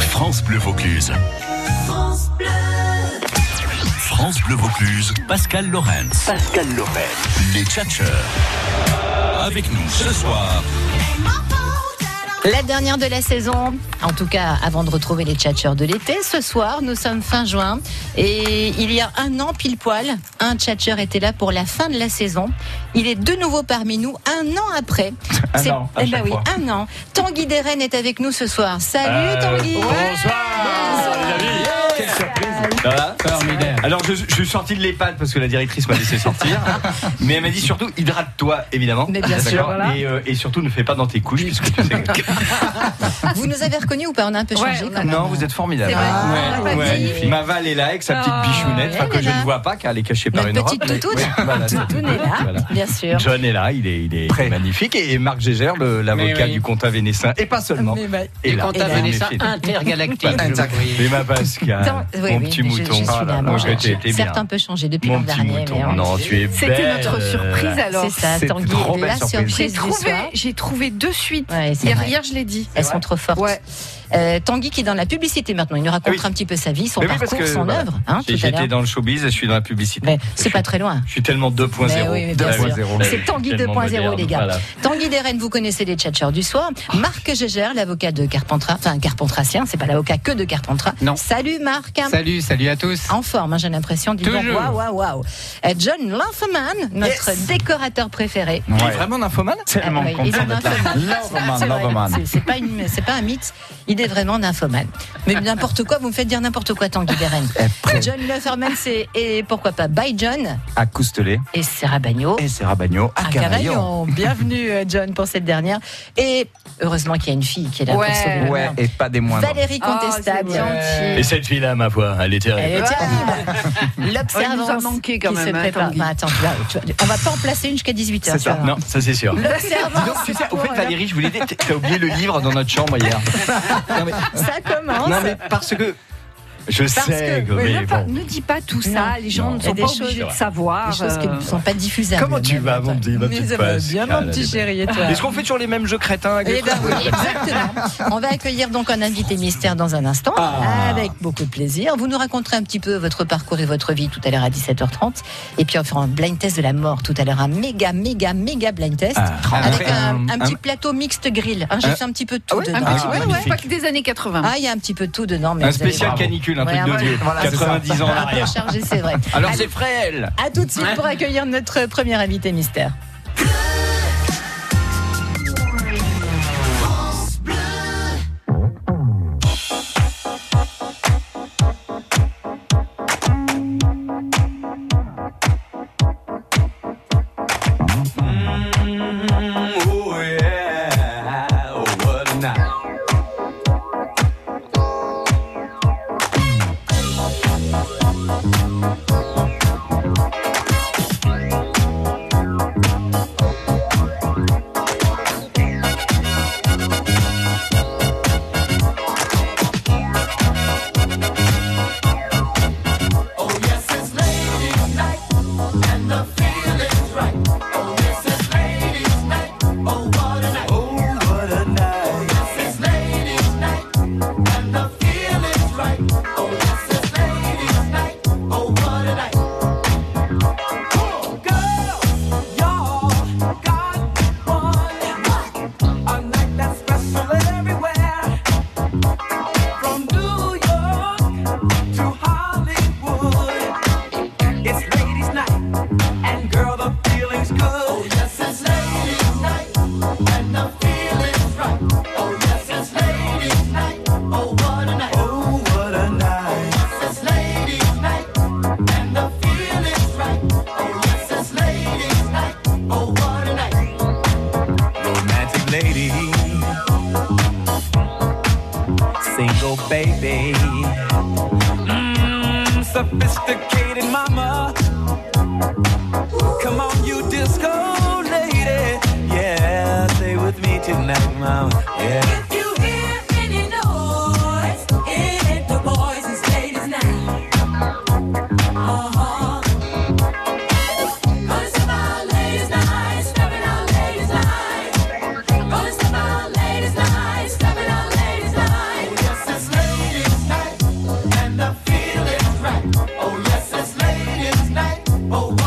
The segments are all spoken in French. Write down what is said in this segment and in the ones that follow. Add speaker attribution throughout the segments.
Speaker 1: France Bleu Vaucluse. France Bleu. France Bleu Vaucluse, Pascal Lorenz.
Speaker 2: Pascal Lorenz.
Speaker 1: Les Tchatcheurs. Avec nous ce soir.
Speaker 3: La dernière de la saison, en tout cas avant de retrouver les tchatcheurs de l'été. Ce soir, nous sommes fin juin et il y a un an pile poil, un tchatcheur était là pour la fin de la saison. Il est de nouveau parmi nous un an après.
Speaker 4: Un an, à
Speaker 3: eh ben
Speaker 4: chaque
Speaker 3: oui,
Speaker 4: fois.
Speaker 3: un an. Tanguy Deren est avec nous ce soir. Salut
Speaker 4: Euh,
Speaker 3: Tanguy
Speaker 4: Bonsoir les amis. Quelle surprise Voilà. Alors je, je suis sorti de l'EHPAD parce que la directrice m'a laissé sortir, mais elle m'a dit surtout hydrate-toi évidemment.
Speaker 3: Mais bien sûr,
Speaker 4: D'accord
Speaker 3: voilà.
Speaker 4: Et, euh, et surtout ne fais pas dans tes couches puisque tu sais. que-
Speaker 3: Vous nous avez reconnus ou pas On a un peu changé quand même.
Speaker 4: Non, vous êtes formidable.
Speaker 3: C'est vrai,
Speaker 4: Ah,
Speaker 3: on l'a pas dit.
Speaker 4: magnifique. Ma Val est là avec sa petite
Speaker 3: Ah,
Speaker 4: bichounette, enfin,
Speaker 3: elle
Speaker 4: que
Speaker 3: est
Speaker 4: je
Speaker 3: là.
Speaker 4: ne vois pas car elle est cachée par une robe.
Speaker 3: petite toutoune.
Speaker 4: Oui, voilà, ça.
Speaker 3: Tout est là,
Speaker 4: Voilà.
Speaker 3: bien sûr.
Speaker 4: John est là, il est, il est magnifique. Et et Marc Gégère, le- l'avocat du compta Vénessin, et pas seulement.
Speaker 3: Mais bah-
Speaker 4: Et
Speaker 3: Du
Speaker 4: là.
Speaker 3: compta Et là. vénécin
Speaker 4: Magnifique.
Speaker 5: intergalactique,
Speaker 4: Pas-
Speaker 5: je le voyais.
Speaker 4: Mais ma Pascal,
Speaker 3: Tant- oui,
Speaker 4: mon
Speaker 3: oui,
Speaker 4: petit
Speaker 3: je- je
Speaker 4: mouton.
Speaker 3: suis
Speaker 4: Ah là
Speaker 3: là,
Speaker 4: là,
Speaker 3: moi.
Speaker 4: que tu étais bien.
Speaker 3: Certes un peu changé depuis
Speaker 4: Mon
Speaker 3: l'an
Speaker 4: petit
Speaker 3: dernier. mais
Speaker 4: mouton.
Speaker 3: on-
Speaker 4: Non, tu es belle.
Speaker 6: C'était notre surprise alors.
Speaker 3: C'est ça,
Speaker 4: C'est
Speaker 3: Tanguy,
Speaker 4: trop belle
Speaker 3: la
Speaker 4: surprise.
Speaker 3: surprise
Speaker 6: J'ai
Speaker 3: du
Speaker 6: trouvé,
Speaker 3: soir.
Speaker 6: j'ai trouvé deux suites.
Speaker 3: Ouais, c'est
Speaker 6: hier,
Speaker 3: vrai.
Speaker 6: hier, je l'ai dit.
Speaker 3: Elles sont trop fortes.
Speaker 6: Ouais.
Speaker 3: Euh, Tanguy qui est dans la publicité maintenant, il nous raconte
Speaker 4: Ah oui.
Speaker 3: un petit peu sa vie, son
Speaker 4: Mais oui, parce
Speaker 3: parcours,
Speaker 4: que,
Speaker 3: son
Speaker 4: voilà,
Speaker 3: œuvre. hein, tout à
Speaker 4: J'étais
Speaker 3: l'heure.
Speaker 4: dans le showbiz et je suis dans la publicité.
Speaker 3: Mais
Speaker 4: Je
Speaker 3: c'est
Speaker 4: suis-
Speaker 3: pas très loin.
Speaker 4: Je suis tellement 2.0.
Speaker 3: Mais oui, mais bien sûr.
Speaker 4: 2.0.
Speaker 3: C'est Tanguy
Speaker 4: Ah Tellement
Speaker 3: 2.0
Speaker 4: moderne,
Speaker 3: les gars.
Speaker 4: voilà.
Speaker 3: Tanguy Deren, vous connaissez les tchatcheurs du soir. Marc Gégère, l'avocat de Carpentras, enfin Carpentracien, c'est pas l'avocat que de Carpentras.
Speaker 5: Non.
Speaker 3: Salut Marc.
Speaker 5: Salut, salut à tous.
Speaker 3: En forme, hein, j'ai l'impression. Dis donc,
Speaker 5: Toujours.
Speaker 3: waouh, waouh, waouh. Euh, John Lymphoman, notre décorateur préféré.
Speaker 4: Il est vraiment nymphomane
Speaker 3: Ah oui, il est nymphomane. C'est vrai, c'est- C'est pas une- c'est pas un mythe. Il est vraiment nymphomane. Mais n'importe quoi, vous me faites dire n'importe quoi, Tanguy Deren.
Speaker 4: Eh,
Speaker 3: John Lymphoman, c'est et pourquoi pas By John
Speaker 4: À Coustelet
Speaker 3: et Sarah Bagno.
Speaker 4: et Serra Bagno à
Speaker 3: Un
Speaker 4: Cavaillon.
Speaker 3: Cavaillon. Bienvenue, euh, John, pour cette dernière. Et heureusement qu'il y a une fille qui est là
Speaker 6: Ouais.
Speaker 3: pour sauver l'honneur.
Speaker 5: Ouais, et pas des moindres.
Speaker 3: Valérie
Speaker 6: Oh,
Speaker 3: Contestable.
Speaker 6: c'est gentil.
Speaker 4: Et cette fille-là, ma foi, elle est
Speaker 3: Elle est
Speaker 4: terrible.
Speaker 3: terrible.
Speaker 6: Oh, il nous a
Speaker 3: L'observance
Speaker 6: manqué quand
Speaker 3: qui
Speaker 6: même,
Speaker 3: se
Speaker 6: hein,
Speaker 3: prépare.
Speaker 6: Tanguy.
Speaker 3: Bah, attends, tu vas- tu vas- on va pas en placer une jusqu'à 18h.
Speaker 4: C'est ça. Non, ça c'est sûr. Dis donc, tu sais, au fait,
Speaker 3: euh,
Speaker 4: Valérie, je voulais dire, t'as oublié le livre dans notre chambre hier. Non, mais,
Speaker 3: Ça commence.
Speaker 4: non, mais parce que. Je
Speaker 3: Parce
Speaker 4: sais,
Speaker 3: que-
Speaker 4: mais
Speaker 6: Ne, pas-
Speaker 4: bon.
Speaker 6: ne dis pas tout ça, les gens
Speaker 4: Non.
Speaker 6: ne
Speaker 3: Il y a
Speaker 6: sont
Speaker 3: des
Speaker 6: pas
Speaker 3: choses-
Speaker 6: obligés de
Speaker 4: des
Speaker 3: Des
Speaker 6: savoir.
Speaker 3: choses qui
Speaker 6: euh,
Speaker 3: ne sont pas diffusables.
Speaker 4: Comment tu vas, mon petit, ma
Speaker 3: Mais
Speaker 4: petite
Speaker 3: ça va bien,
Speaker 4: Pascal,
Speaker 3: mon
Speaker 4: elle
Speaker 3: petit
Speaker 4: est belle.
Speaker 3: chéri, et toi
Speaker 4: Est-ce qu'on fait toujours les mêmes jeux crétins avec
Speaker 3: Eh
Speaker 4: les
Speaker 3: ben
Speaker 4: frères
Speaker 3: oui, exactement. On va accueillir donc un invité mystère dans un instant,
Speaker 4: Ah.
Speaker 3: avec beaucoup de plaisir. Vous nous raconterez un petit peu votre parcours et votre vie tout à l'heure à 17h30. Et puis on fera un blind test de la mort tout à l'heure, un méga, méga, méga blind test.
Speaker 4: Ah,
Speaker 3: avec
Speaker 4: après,
Speaker 3: un, un
Speaker 4: un- Euh,
Speaker 3: petit plateau mixte grill. hein. J'ai fait un petit peu de tout dedans.
Speaker 4: Ah,
Speaker 6: ouais, ouais,
Speaker 4: magnifique.
Speaker 6: pas que des années 80.
Speaker 3: Ah, il y a un petit peu de tout dedans. Mais
Speaker 4: Un
Speaker 3: vous allez
Speaker 4: spécial
Speaker 3: voir.
Speaker 4: canicule, un truc
Speaker 3: Ouais,
Speaker 4: de vieux.
Speaker 5: voilà, c'est ça.
Speaker 4: 90 ans en
Speaker 3: Un peu
Speaker 4: arrière.
Speaker 3: chargé, c'est vrai.
Speaker 5: Alors c'est frêle.
Speaker 3: À tout de suite pour accueillir notre premier invité mystère.
Speaker 4: Oh yeah, oh what a night.
Speaker 7: romantic lady, single baby, mm, sophisticated mama. Come on, you disco lady, yeah, stay with me tonight, mama, yeah.
Speaker 8: Uh-huh. Ladies' night, stepping on ladies' night. Oh, yes, it's ladies' night. Oh, Oh, Oh,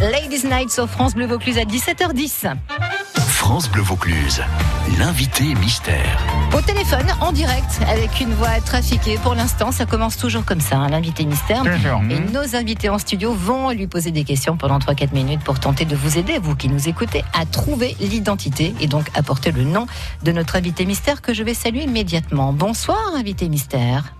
Speaker 3: Ladies Night sur France Bleu Vaucluse à 17h10.
Speaker 1: France Bleu Vaucluse, l'invité mystère.
Speaker 3: Au téléphone, en direct, avec une voix trafiquée. Pour l'instant, ça commence toujours comme ça, hein, l'invité mystère.
Speaker 5: Toujours.
Speaker 3: Et nos invités en studio vont lui poser des questions pendant 3-4 minutes pour tenter de vous aider, vous qui nous écoutez, à trouver l'identité et donc apporter le nom de notre invité mystère que je vais saluer immédiatement. Bonsoir, invité mystère.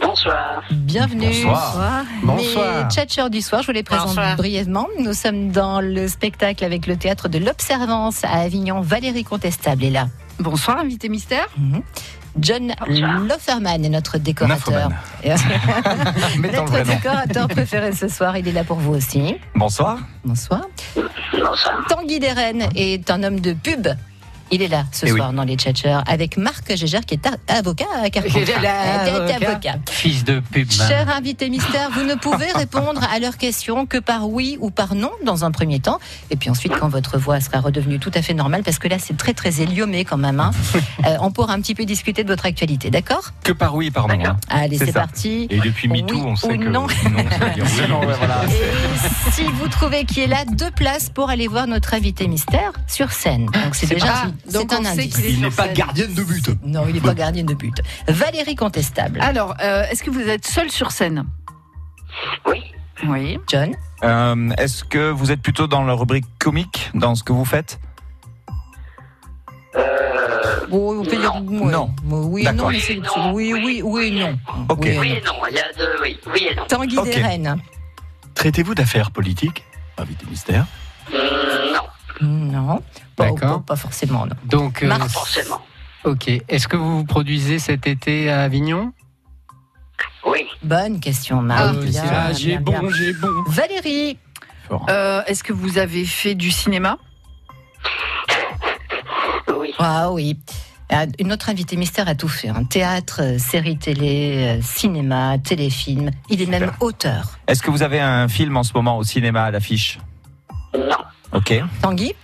Speaker 2: Bonsoir.
Speaker 3: Bienvenue.
Speaker 9: Bonsoir.
Speaker 5: Bonsoir.
Speaker 3: Mes tchatcheurs du soir, je vous les présente
Speaker 10: Bonsoir.
Speaker 3: brièvement. Nous sommes dans le spectacle avec le théâtre de l'Observance à Avignon. Valérie Contestable est là. Mhm.
Speaker 6: Bonsoir, invité mystère.
Speaker 3: John Lofferman est notre décorateur.
Speaker 5: Nymphomane. Ah, Mettons le
Speaker 3: notre
Speaker 5: vrai nom.
Speaker 3: décorateur préféré ce soir, il est là pour vous aussi.
Speaker 9: Bonsoir.
Speaker 3: Bonsoir.
Speaker 2: Bonsoir.
Speaker 3: Tanguy Deren est un homme de pub. Il est là ce
Speaker 9: Eh oui.
Speaker 3: soir dans les tchatcheurs avec Marc Gégère qui est a- avocat à Carpentras.
Speaker 5: Gégère, l'avocat.
Speaker 3: Était avocat.
Speaker 5: Fils de pub.
Speaker 3: Cher invité mystère, vous ne pouvez répondre à leurs questions que par oui ou par non dans un premier temps. Et puis ensuite, quand votre voix sera redevenue tout à fait normale, parce que là, c'est très, très éliomé quand même, hein, euh, on pourra un petit peu discuter de votre actualité, d'accord
Speaker 9: Que par oui et par non. hein.
Speaker 3: Allez,
Speaker 9: C'est
Speaker 3: c'est
Speaker 9: ça.
Speaker 3: parti.
Speaker 9: Et depuis
Speaker 3: Oui
Speaker 9: MeToo, on
Speaker 3: ou
Speaker 9: sait que.
Speaker 3: non.
Speaker 9: ça veut dire oui.
Speaker 3: Et si vous trouvez qui est là, deux places pour aller voir notre invité mystère sur scène. Donc c'est déjà
Speaker 6: Ah,
Speaker 3: c'est
Speaker 6: donc
Speaker 3: un
Speaker 6: on sait
Speaker 3: indice.
Speaker 6: qu'il est
Speaker 9: Il
Speaker 6: sur
Speaker 9: n'est pas
Speaker 6: scène.
Speaker 9: gardienne de but.
Speaker 3: Non, il n'est pas gardien de but. Valérie Contestable.
Speaker 6: Alors, euh, est-ce que vous êtes seul sur scène
Speaker 2: Oui.
Speaker 6: Oui.
Speaker 3: John.
Speaker 11: Euh, Est-ce que vous êtes plutôt dans la rubrique comique, dans ce que vous faites
Speaker 6: Euh,
Speaker 3: Oh, on peut dire ouais.
Speaker 11: Non.
Speaker 8: Euh,
Speaker 3: Oui, non,
Speaker 11: D'accord.
Speaker 3: mais c'est- oui, oui, oui, non.
Speaker 11: Ok.
Speaker 3: Oui,
Speaker 2: Oui
Speaker 3: non.
Speaker 2: et non. Il y a deux oui. Oui et non.
Speaker 3: Tanguy
Speaker 11: Ok.
Speaker 3: Deren.
Speaker 9: Traitez-vous d'affaires politiques Invité mystère.
Speaker 2: Euh,
Speaker 3: Non. Pas,
Speaker 5: D'accord.
Speaker 3: pas- pas forcément, non.
Speaker 5: Donc, euh,
Speaker 2: Pas forcément.
Speaker 5: ok. Est-ce que vous vous produisez cet été à Avignon
Speaker 2: Oui.
Speaker 3: Bonne question, Marie.
Speaker 5: Ok,
Speaker 3: Bien,
Speaker 5: ça,
Speaker 3: bien,
Speaker 5: Ah, j'ai
Speaker 3: bien.
Speaker 5: bon, j'ai bon.
Speaker 3: Valérie.
Speaker 6: Euh, est-ce que vous avez fait du cinéma
Speaker 2: Oui.
Speaker 3: Ah oui. Ah, Notre invité mystère a tout fait. hein. Théâtre, euh, série télé, euh, cinéma, téléfilm. Il est même auteur.
Speaker 11: Est-ce que vous avez un film en ce moment au cinéma à l'affiche
Speaker 2: Non.
Speaker 11: Ok.
Speaker 3: Tanguy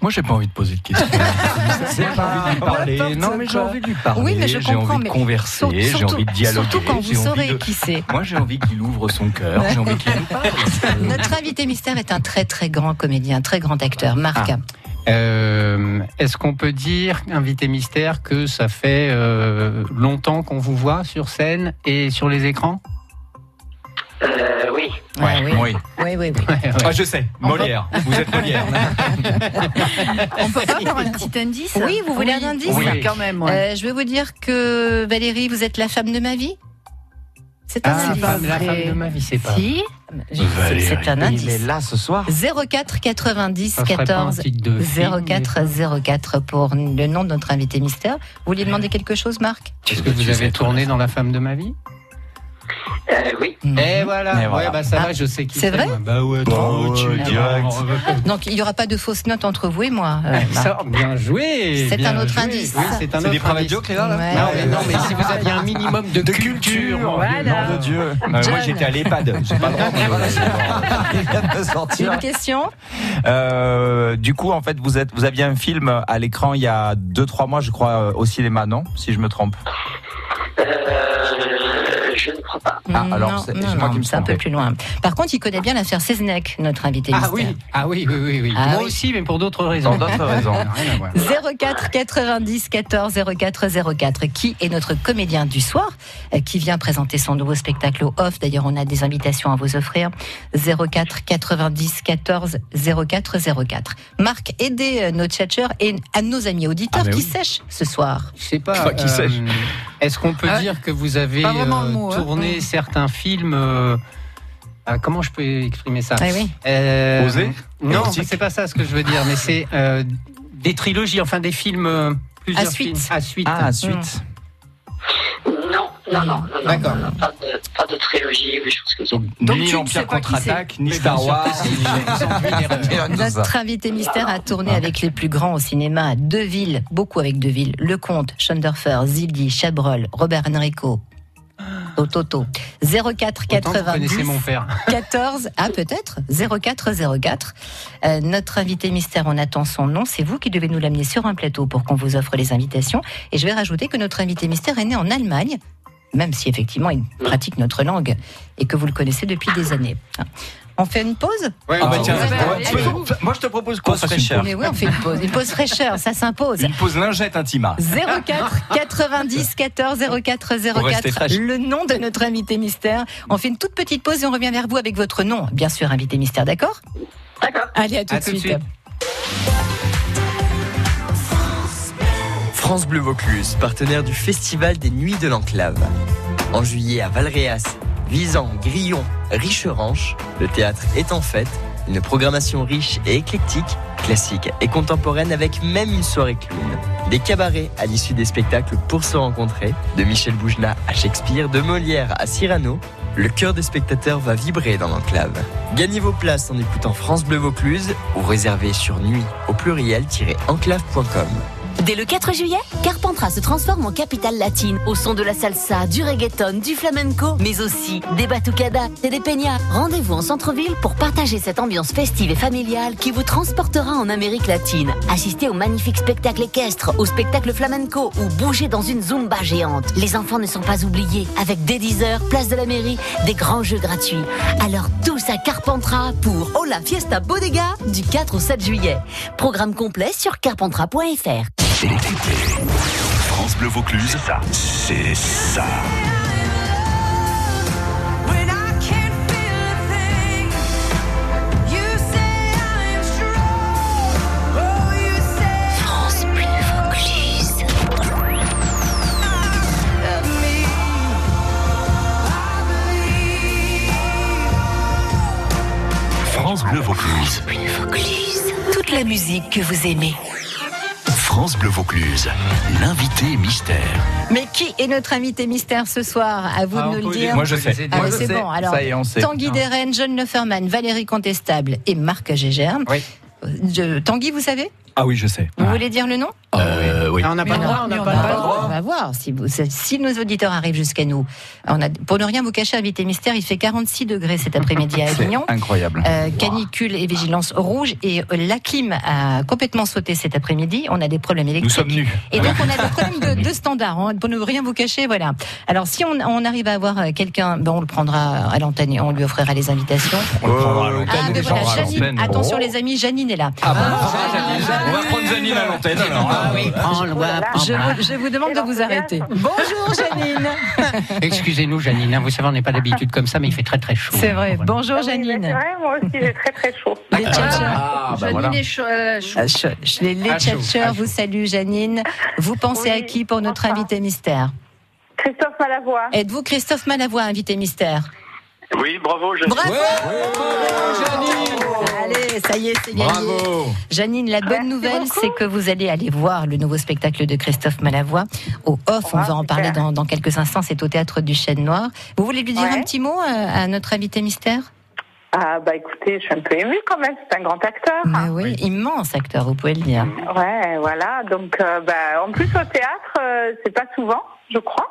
Speaker 9: Moi, j'ai pas envie de poser de questions. j'ai pas envie de lui parler.
Speaker 5: N'importe
Speaker 9: Non, mais j'ai
Speaker 5: quoi.
Speaker 9: envie de lui parler.
Speaker 3: Oui, mais je
Speaker 9: J'ai
Speaker 3: comprends,
Speaker 9: envie de
Speaker 3: mais
Speaker 9: converser.
Speaker 3: Sur-
Speaker 9: J'ai envie de dialoguer.
Speaker 3: Surtout quand
Speaker 9: j'ai
Speaker 3: vous
Speaker 9: envie
Speaker 3: saurez
Speaker 9: de-
Speaker 3: qui c'est.
Speaker 9: Moi, j'ai envie qu'il ouvre son cœur. J'ai envie qu'il nous parle.
Speaker 3: Notre invité mystère est un très très grand comédien, un très grand acteur. Marc,
Speaker 5: Ah. Euh, Est-ce qu'on peut dire, invité mystère, que ça fait euh, longtemps qu'on vous voit sur scène et sur les écrans
Speaker 2: Euh, oui.
Speaker 3: Ah oui.
Speaker 11: Oui.
Speaker 3: oui, oui,
Speaker 5: Ouais,
Speaker 3: oui.
Speaker 5: ouais.
Speaker 9: Ah, je sais. Molière. Vous êtes Molière.
Speaker 6: On peut pas avoir un petit indice
Speaker 3: Oui, vous voulez un indice
Speaker 5: Oui.
Speaker 6: quand même. ouais.
Speaker 3: Euh, je vais vous dire que Valérie, vous êtes la femme de ma vie. C'est un
Speaker 5: Ah,
Speaker 3: indice.
Speaker 5: femme- la
Speaker 6: vrai.
Speaker 5: femme de ma vie, c'est pas.
Speaker 6: Si.
Speaker 3: C'est- C'est un
Speaker 11: Il est
Speaker 3: indice.
Speaker 11: là ce soir
Speaker 3: 04 90
Speaker 5: Ça Ah, serait pas un
Speaker 3: 14
Speaker 5: titre de film,
Speaker 3: 04 04 pour le nom de notre invité mystère. Vous vouliez demander quelque chose, Marc
Speaker 5: mais Est-ce que vous avez tourné dans La femme de ma vie
Speaker 2: Euh, oui.
Speaker 5: Eh voilà,
Speaker 11: Et voilà.
Speaker 5: Ouais, bah ça
Speaker 3: Ah,
Speaker 5: va, je sais qui
Speaker 3: c'est vrai
Speaker 5: moi. Bah ouais, Euh,
Speaker 11: Bah
Speaker 5: non,
Speaker 11: ouais,
Speaker 5: tu-
Speaker 11: direct.
Speaker 3: Donc il n'y aura pas de fausse note entre vous et moi. euh, Marc.
Speaker 5: Ah. Ça, bien joué.
Speaker 3: C'est
Speaker 5: bien
Speaker 3: un autre
Speaker 5: joué.
Speaker 3: indice.
Speaker 5: Oui, c'est un
Speaker 9: C'est des
Speaker 5: autre
Speaker 9: private
Speaker 5: indice.
Speaker 9: jokes, les gars, là
Speaker 3: Ouais.
Speaker 5: Non mais, non, mais si vous aviez un minimum de,
Speaker 9: De
Speaker 5: culture,
Speaker 9: culture,
Speaker 5: mon
Speaker 9: voilà.
Speaker 5: Dieu,
Speaker 11: Nom de Dieu
Speaker 9: Euh, Moi, j'étais à l'EHPAD. J'ai pas le droit de-
Speaker 11: Il vient de sortir.
Speaker 3: Une question
Speaker 11: Euh, du coup, en fait, vous, êtes, vous aviez un film à l'écran il y a 2-3 mois, je crois, euh, au cinéma, non Si je me trompe.
Speaker 2: Euh, je ne crois pas.
Speaker 11: Ah, alors,
Speaker 3: Non,
Speaker 11: c'est-
Speaker 3: non,
Speaker 11: c'est moi
Speaker 3: non,
Speaker 11: qui me
Speaker 3: c'est un peu
Speaker 11: trompais.
Speaker 3: plus loin. Par contre, il connaît bien l'affaire Seznec, notre invité
Speaker 5: Ah
Speaker 3: mystère.
Speaker 5: oui, ah oui, oui, oui, oui.
Speaker 3: Ah
Speaker 5: Moi
Speaker 3: oui.
Speaker 5: aussi, mais pour d'autres raisons.
Speaker 11: Pour d'autres raisons.
Speaker 5: Ça n'a rien à voir.
Speaker 3: 04 90 14 04 04 qui est notre comédien du soir euh, qui vient présenter son nouveau spectacle au off d'ailleurs on a des invitations à vous offrir 04 90 14 04 04 Marc aidez euh, nos tchatcheurs et à nos amis auditeurs
Speaker 5: Ah, mais
Speaker 3: qui
Speaker 5: oui.
Speaker 3: sèchent ce soir
Speaker 5: Je sais pas.
Speaker 9: Toi qui
Speaker 5: euh,
Speaker 9: sais.
Speaker 5: Est-ce qu'on peut
Speaker 6: Ah,
Speaker 5: dire que vous avez euh,
Speaker 6: pas vraiment le mot, hein.
Speaker 5: tourné certains films euh, ah, Comment je peux exprimer ça
Speaker 3: ah,
Speaker 6: Eh
Speaker 3: oui.
Speaker 5: Euh,
Speaker 9: Osé
Speaker 5: Non,
Speaker 9: Érotique
Speaker 5: c'est pas ça ce que je veux dire, mais c'est euh, des trilogies, enfin des films. euh, plusieurs
Speaker 3: À suite.
Speaker 5: films à suite.
Speaker 11: Ah, ensuite.
Speaker 2: Non, non, non, non, non,
Speaker 5: D'accord.
Speaker 2: non, Euh, pas de, pas de trilogie ou des choses comme ça.
Speaker 6: Donc tu
Speaker 9: ni
Speaker 6: ne sais
Speaker 9: Empire
Speaker 6: pas qui
Speaker 9: contre-attaque, ni
Speaker 5: Mais
Speaker 9: Star
Speaker 5: bien sûr
Speaker 9: Wars.
Speaker 5: que si, ils ont fait une erreur.
Speaker 3: Notre invité mystère a tourné avec les plus grands au cinéma à Deville, beaucoup avec Deville, Lecomte, Schoenderfer, Zilli, Chabrol, Robert Enrico, Toto, 04
Speaker 5: Ah. Autant vous
Speaker 3: 90
Speaker 5: connaissez mon père.
Speaker 3: 14, ah peut-être, 0404. Euh, notre invité mystère, on attend son nom. C'est vous qui devez nous l'amener sur un plateau pour qu'on vous offre les invitations. Et je vais rajouter que notre invité mystère est né en Allemagne, même si effectivement il pratique notre langue et que vous le connaissez depuis des années. On fait une pause Ah,
Speaker 9: Ouais, bah, tiens,
Speaker 3: ouais,
Speaker 9: ouais,
Speaker 3: ouais,
Speaker 9: faisons-
Speaker 3: allez-vous
Speaker 9: moi je te propose qu'on
Speaker 11: Pause
Speaker 9: fasse une
Speaker 11: fraîcheur.
Speaker 3: Mais oui, on fait une pause. Une pause fraîcheur, ça s'impose.
Speaker 9: Une pause lingette intima.
Speaker 3: 04 90 14 04
Speaker 9: Pour rester
Speaker 3: 04.
Speaker 9: fraîche.
Speaker 3: Le nom de notre invité mystère. On fait une toute petite pause et on revient vers vous avec votre nom. Bien sûr, invité mystère, d'accord
Speaker 2: D'accord.
Speaker 3: Allez, à tout,
Speaker 5: À
Speaker 3: de
Speaker 5: tout de
Speaker 3: suite.
Speaker 5: suite.
Speaker 10: France Bleu Vaucluse, partenaire du Festival des Nuits de l'Enclave. En juillet à Valréas, Visan, Grillon, Richeranche, le théâtre est en fête. Une programmation riche et éclectique, classique et contemporaine avec même une soirée clown. Des cabarets à l'issue des spectacles pour se rencontrer, de Michel Boujna à Shakespeare, de Molière à Cyrano, le cœur des spectateurs va vibrer dans l'enclave. Gagnez vos places en écoutant France Bleu Vaucluse ou réservez sur nuit au pluriel-enclave.com.
Speaker 12: Dès le 4 juillet, Carpentras se transforme en capitale latine au son de la salsa, du reggaeton, du flamenco, mais aussi des batucadas et des peñas. Rendez-vous en centre-ville pour partager cette ambiance festive et familiale qui vous transportera en Amérique latine. Assistez au magnifique spectacle équestre, au spectacle flamenco ou bougez dans une zumba géante. Les enfants ne sont pas oubliés avec des 10 heures, place de la mairie, des grands jeux gratuits. Alors tous à Carpentras pour
Speaker 13: Oh
Speaker 12: Hola Fiesta Bodega du 4 au 7 juillet. Programme complet sur carpentras.fr.
Speaker 1: France Bleu Vaucluse, c'est ça.
Speaker 8: When I can't feel a thing, you say I am strong. Oh, you say of me. I believe.
Speaker 1: France Bleu Vaucluse,
Speaker 12: Toute la musique que vous aimez.
Speaker 1: France Bleu Vaucluse, l'invité mystère.
Speaker 3: Mais qui est notre invité mystère ce soir À vous
Speaker 5: Ah,
Speaker 3: de
Speaker 5: on
Speaker 3: nous
Speaker 5: peut
Speaker 3: le
Speaker 5: les-
Speaker 3: dire.
Speaker 9: Moi, je sais.
Speaker 5: les
Speaker 3: Ah,
Speaker 5: aider.
Speaker 3: c'est
Speaker 11: sais.
Speaker 3: bon, alors.
Speaker 11: Ça y est, on sait.
Speaker 3: Tanguy
Speaker 5: Non.
Speaker 3: Deren, John Neferman, Valérie Contestable et Marc Gégère.
Speaker 5: Oui.
Speaker 3: Je- Tanguy, vous savez
Speaker 9: Ah oui, je sais.
Speaker 3: Vous voulez dire le nom
Speaker 1: Euh, oui.
Speaker 5: Ah, On n'a pas le
Speaker 3: Mais
Speaker 5: droit,
Speaker 3: non,
Speaker 5: on
Speaker 6: mais
Speaker 5: n'a
Speaker 6: on
Speaker 5: pas
Speaker 6: n'a
Speaker 5: le
Speaker 6: pas
Speaker 5: droit.
Speaker 3: On va voir si, vous- si nos auditeurs arrivent jusqu'à nous. On a, pour ne rien vous cacher, invité mystère, il fait 46 degrés cet après-midi à
Speaker 11: C'est
Speaker 3: Avignon.
Speaker 11: incroyable.
Speaker 3: Euh, canicule et vigilance rouge et euh, la clim a complètement sauté cet après-midi. On a des problèmes
Speaker 9: Nous
Speaker 3: électriques.
Speaker 9: sommes nus.
Speaker 3: Et donc on a des problèmes de, de standard, hein, pour ne rien vous cacher, voilà. Alors si on, on arrive à avoir euh, quelqu'un, bon, on le prendra euh, à l'antenne et on lui offrira les invitations.
Speaker 9: On le prendra à l'antenne.
Speaker 3: Ah, mais
Speaker 9: les
Speaker 3: voilà,
Speaker 9: gens à
Speaker 3: Janine,
Speaker 9: l'antenne.
Speaker 3: attention les amis, Janine est là.
Speaker 9: Ah, bah, on va prendre Janine à l'antenne alors.
Speaker 5: Ah oui, prends-le,
Speaker 2: Oh là là.
Speaker 5: prends-le.
Speaker 3: Je vous, je vous demande de vous arrêter. Bonjour Janine
Speaker 5: Excusez-nous, Janine, hein, vous savez, on n'est pas d'habitude comme ça, mais il fait très très chaud.
Speaker 3: C'est vrai,
Speaker 5: Voilà.
Speaker 3: bonjour
Speaker 2: Ah oui, bah, C'est
Speaker 3: Janine.
Speaker 2: vrai, moi aussi, j'ai très très chaud.
Speaker 3: Les tchatcheurs.
Speaker 11: Ah, bah
Speaker 6: Janine
Speaker 11: voilà.
Speaker 6: est chou- euh, chou-
Speaker 3: Ah, je- je- Les, les
Speaker 5: Ah, chaud,
Speaker 3: tchatcheurs
Speaker 5: ah,
Speaker 3: vous saluent Janine. Vous pensez à
Speaker 2: Oui,
Speaker 3: qui pour notre
Speaker 2: bonsoir.
Speaker 3: invité mystère
Speaker 2: Christophe Malavoie.
Speaker 3: Êtes-vous Christophe Malavoie, invité mystère
Speaker 14: Oui, bravo, je
Speaker 3: Bravo
Speaker 9: Janine
Speaker 3: Allez, ça y est, c'est gagné.
Speaker 9: Bravo
Speaker 3: Janine, la bonne nouvelle, c'est que vous allez aller voir le nouveau spectacle de Christophe Malavoie au Off. On
Speaker 2: Ah,
Speaker 3: va en
Speaker 2: super.
Speaker 3: parler dans, dans quelques instants. C'est au théâtre du Chêne Noir. Vous voulez lui dire
Speaker 2: Ouais.
Speaker 3: un petit mot euh, à, notre invité mystère
Speaker 2: Ah bah écoutez, je suis un peu émue quand même, c'est un grand acteur.
Speaker 3: Mais oui, immense acteur, vous pouvez le dire.
Speaker 2: Ouais, voilà, donc euh, bah, en plus au théâtre, euh, c'est pas souvent, je crois.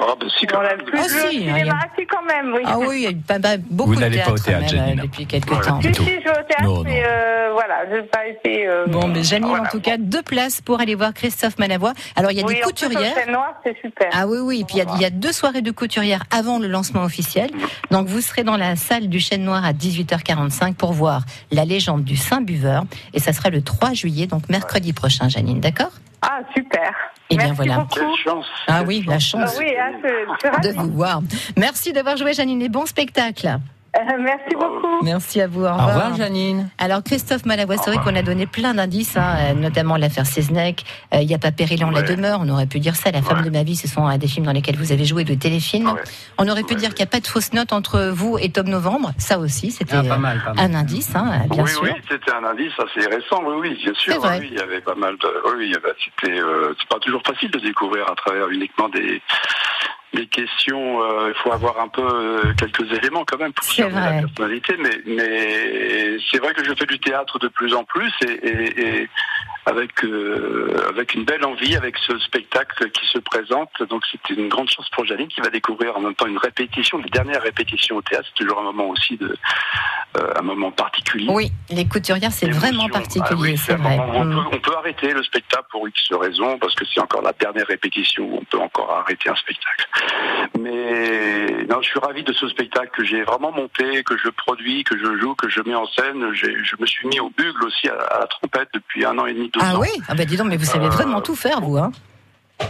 Speaker 14: Oh, ben, si,
Speaker 2: On
Speaker 14: quand
Speaker 2: l'a
Speaker 14: même.
Speaker 2: plus
Speaker 3: Ah,
Speaker 2: vu
Speaker 3: si,
Speaker 2: au
Speaker 3: il y a-
Speaker 2: cinéma, si quand même, oui.
Speaker 3: Ah oui, il y a eu pas, pas- beaucoup
Speaker 9: Vous
Speaker 3: de
Speaker 9: n'allez pas
Speaker 3: théâtre
Speaker 9: au théâtre,
Speaker 3: même, euh,
Speaker 9: Janine.
Speaker 3: depuis quelques temps.
Speaker 2: Si, si, je vais au théâtre,
Speaker 9: Non, non.
Speaker 2: mais euh, voilà, j'ai pas été... euh,
Speaker 3: Bon, mais Janine,
Speaker 2: voilà.
Speaker 3: en tout cas, deux places pour aller voir Christophe Malavoie. Alors, il y a
Speaker 2: oui,
Speaker 3: des
Speaker 2: en plus, au
Speaker 3: couturières.
Speaker 2: Chêne Noir, c'est super.
Speaker 3: Ah oui, oui. Et puis il y a- il y, a deux soirées de couturières avant le lancement officiel. Donc vous serez dans la salle du Chêne Noir à 18h45 pour voir la légende du Saint Buveur. Et ça sera le 3 juillet, donc mercredi prochain, Janine, d'accord
Speaker 2: Ah, super.
Speaker 3: Eh bien,
Speaker 2: Merci
Speaker 3: voilà.
Speaker 2: beaucoup.
Speaker 14: Quelle chance.
Speaker 3: Ah
Speaker 14: quelle
Speaker 3: oui, la
Speaker 2: Ah
Speaker 3: chance
Speaker 2: oui, hein, je, je suis
Speaker 3: Ah, de
Speaker 2: ravie.
Speaker 3: vous voir. Merci d'avoir joué, Janine, et bon spectacle.
Speaker 2: Euh, merci beaucoup.
Speaker 3: Merci à vous. Au
Speaker 5: Au
Speaker 3: revoir.
Speaker 5: revoir, Janine.
Speaker 3: Alors Christophe Malavoie, c'est vrai qu'on a donné plein d'indices, hein, euh, notamment l'affaire Seznec, euh, il y a pas Périllon, la
Speaker 14: Ouais.
Speaker 3: demeure, on aurait pu dire ça, la femme
Speaker 14: Ouais.
Speaker 3: de ma vie, ce sont euh, des films dans lesquels vous avez joué, de téléfilms.
Speaker 14: Ouais.
Speaker 3: On aurait pu
Speaker 14: Ouais,
Speaker 3: dire
Speaker 14: ouais.
Speaker 3: qu'il n'y a pas de fausse note entre vous et Tom Novembre, ça aussi, c'était
Speaker 5: Ah, pas
Speaker 3: euh,
Speaker 5: mal, pas mal.
Speaker 3: un indice, hein, bien
Speaker 14: oui,
Speaker 3: sûr.
Speaker 14: oui, c'était un indice assez récent, oui, oui, bien sûr. hein,
Speaker 3: C'est vrai.
Speaker 14: Oui, il y avait pas mal de. Oui, oui, bah, c'était. euh, c'est pas toujours facile de découvrir à travers uniquement des, des questions. euh, Il faut avoir un peu euh, quelques éléments quand même pour
Speaker 3: C'est
Speaker 14: cerner la
Speaker 3: vrai.
Speaker 14: personnalité. Mais, mais c'est vrai que je fais du théâtre de plus en plus et, et, et, avec euh, avec une belle envie, avec ce spectacle qui se présente. Donc c'est une grande chance pour Janine qui va découvrir en même temps une répétition, les dernières répétitions au théâtre. C'est toujours un moment aussi de euh, un moment particulier.
Speaker 3: Oui, les couturières, c'est vraiment particulier,
Speaker 14: Ah oui,
Speaker 3: c'est
Speaker 14: un
Speaker 3: vrai.
Speaker 14: moment où on,
Speaker 3: Mm.
Speaker 14: peut, on peut arrêter le spectacle pour X raisons, parce que c'est encore la dernière répétition où on peut encore arrêter un spectacle. Mais non, je suis ravi de ce spectacle que j'ai vraiment monté, que je produis, que je joue, que je mets en scène. J'ai- Je me suis mis au bugle aussi à, à la trompette depuis un an et demi, deux
Speaker 3: Ah
Speaker 14: ans.
Speaker 3: oui Ah bah dis donc, mais vous savez
Speaker 14: Euh,
Speaker 3: vraiment tout faire, vous. Hein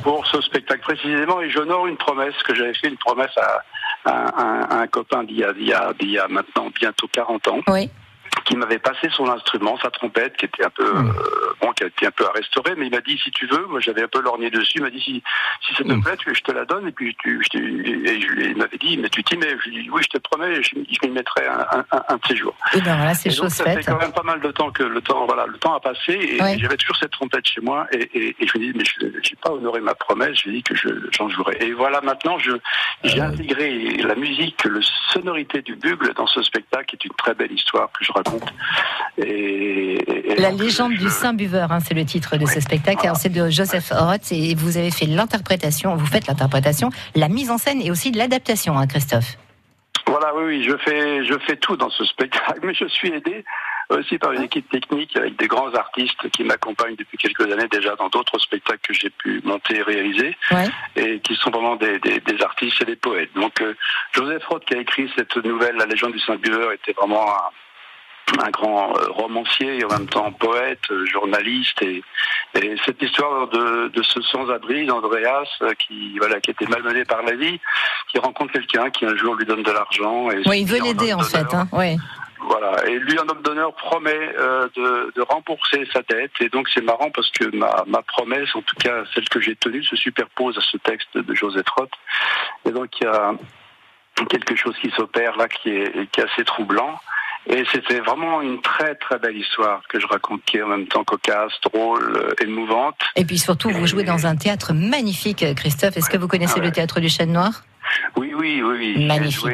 Speaker 14: pour ce spectacle précisément et j'honore une promesse que j'avais fait une promesse à, à un, à un copain d'il y, a, d'il y a- d'il y a maintenant bientôt 40 ans. qui m'avait passé son instrument, sa trompette, qui était un peu euh, bon, qui a été un peu à restaurer, mais il m'a dit si tu veux, moi j'avais un peu lorgné dessus, il m'a dit si, si ça te plaît, tu- je te la donne et puis tu, je, t'ai- et je- il m'avait dit mais tu t'y mets, je lui ai dit oui je te promets, je, je m'y mettrai un, un, un- un de ces jours.
Speaker 3: Et ben voilà, c'est
Speaker 14: Et donc,
Speaker 3: chose
Speaker 14: ça
Speaker 3: faite.
Speaker 14: fait quand même pas mal de temps que le temps, voilà, le temps a passé et
Speaker 3: Ouais.
Speaker 14: j'avais toujours cette trompette chez moi et, et- et je me dis mais je n'ai pas honoré ma promesse, je lui ai dit que je, j'en jouerai. Et voilà, maintenant je, j'ai intégré la musique, le sonorité du bugle dans ce spectacle qui est une très belle histoire que je raconte. Et, et- et
Speaker 3: La
Speaker 14: donc,
Speaker 3: légende du Saint Buveur, hein, c'est le titre de ce spectacle. Alors c'est de Joseph Roth et vous avez fait l'interprétation, vous faites l'interprétation, la mise en scène et aussi de l'adaptation, hein, Christophe.
Speaker 14: Voilà, oui, oui, je fais, je fais tout dans ce spectacle, mais je suis aidé aussi par une équipe technique avec des grands artistes qui m'accompagnent depuis quelques années déjà dans d'autres spectacles que j'ai pu monter et réaliser, et qui sont vraiment des, des- des artistes et des poètes. Donc, euh, Joseph Roth qui a écrit cette nouvelle, La légende du Saint-Buveur, était vraiment un, un grand euh, romancier et en même temps poète, euh, journaliste et, et cette histoire de, de ce sans-abri d'Andreas euh, qui voilà qui était malmené par la vie, qui rencontre quelqu'un qui un jour lui donne de l'argent et
Speaker 3: Oui, il veut l'aider en fait. Hein, ouais.
Speaker 14: voilà. Et lui, un homme d'honneur, promet euh, de, de rembourser sa dette. Et donc, c'est marrant parce que ma, ma promesse, en tout cas celle que j'ai tenue, se superpose à ce texte de Joseph Roth. Et donc, il y a quelque chose qui s'opère là qui est, qui est assez troublant. Et c'était vraiment une très très belle histoire que je raconte, qui est en même temps cocasse, drôle, euh, émouvante.
Speaker 3: Et puis surtout, vous jouez dans un théâtre magnifique, Christophe. Est-ce que vous
Speaker 14: Ah
Speaker 3: connaissez le théâtre du Chêne Noir
Speaker 14: Oui, oui, oui, oui. J'ai joué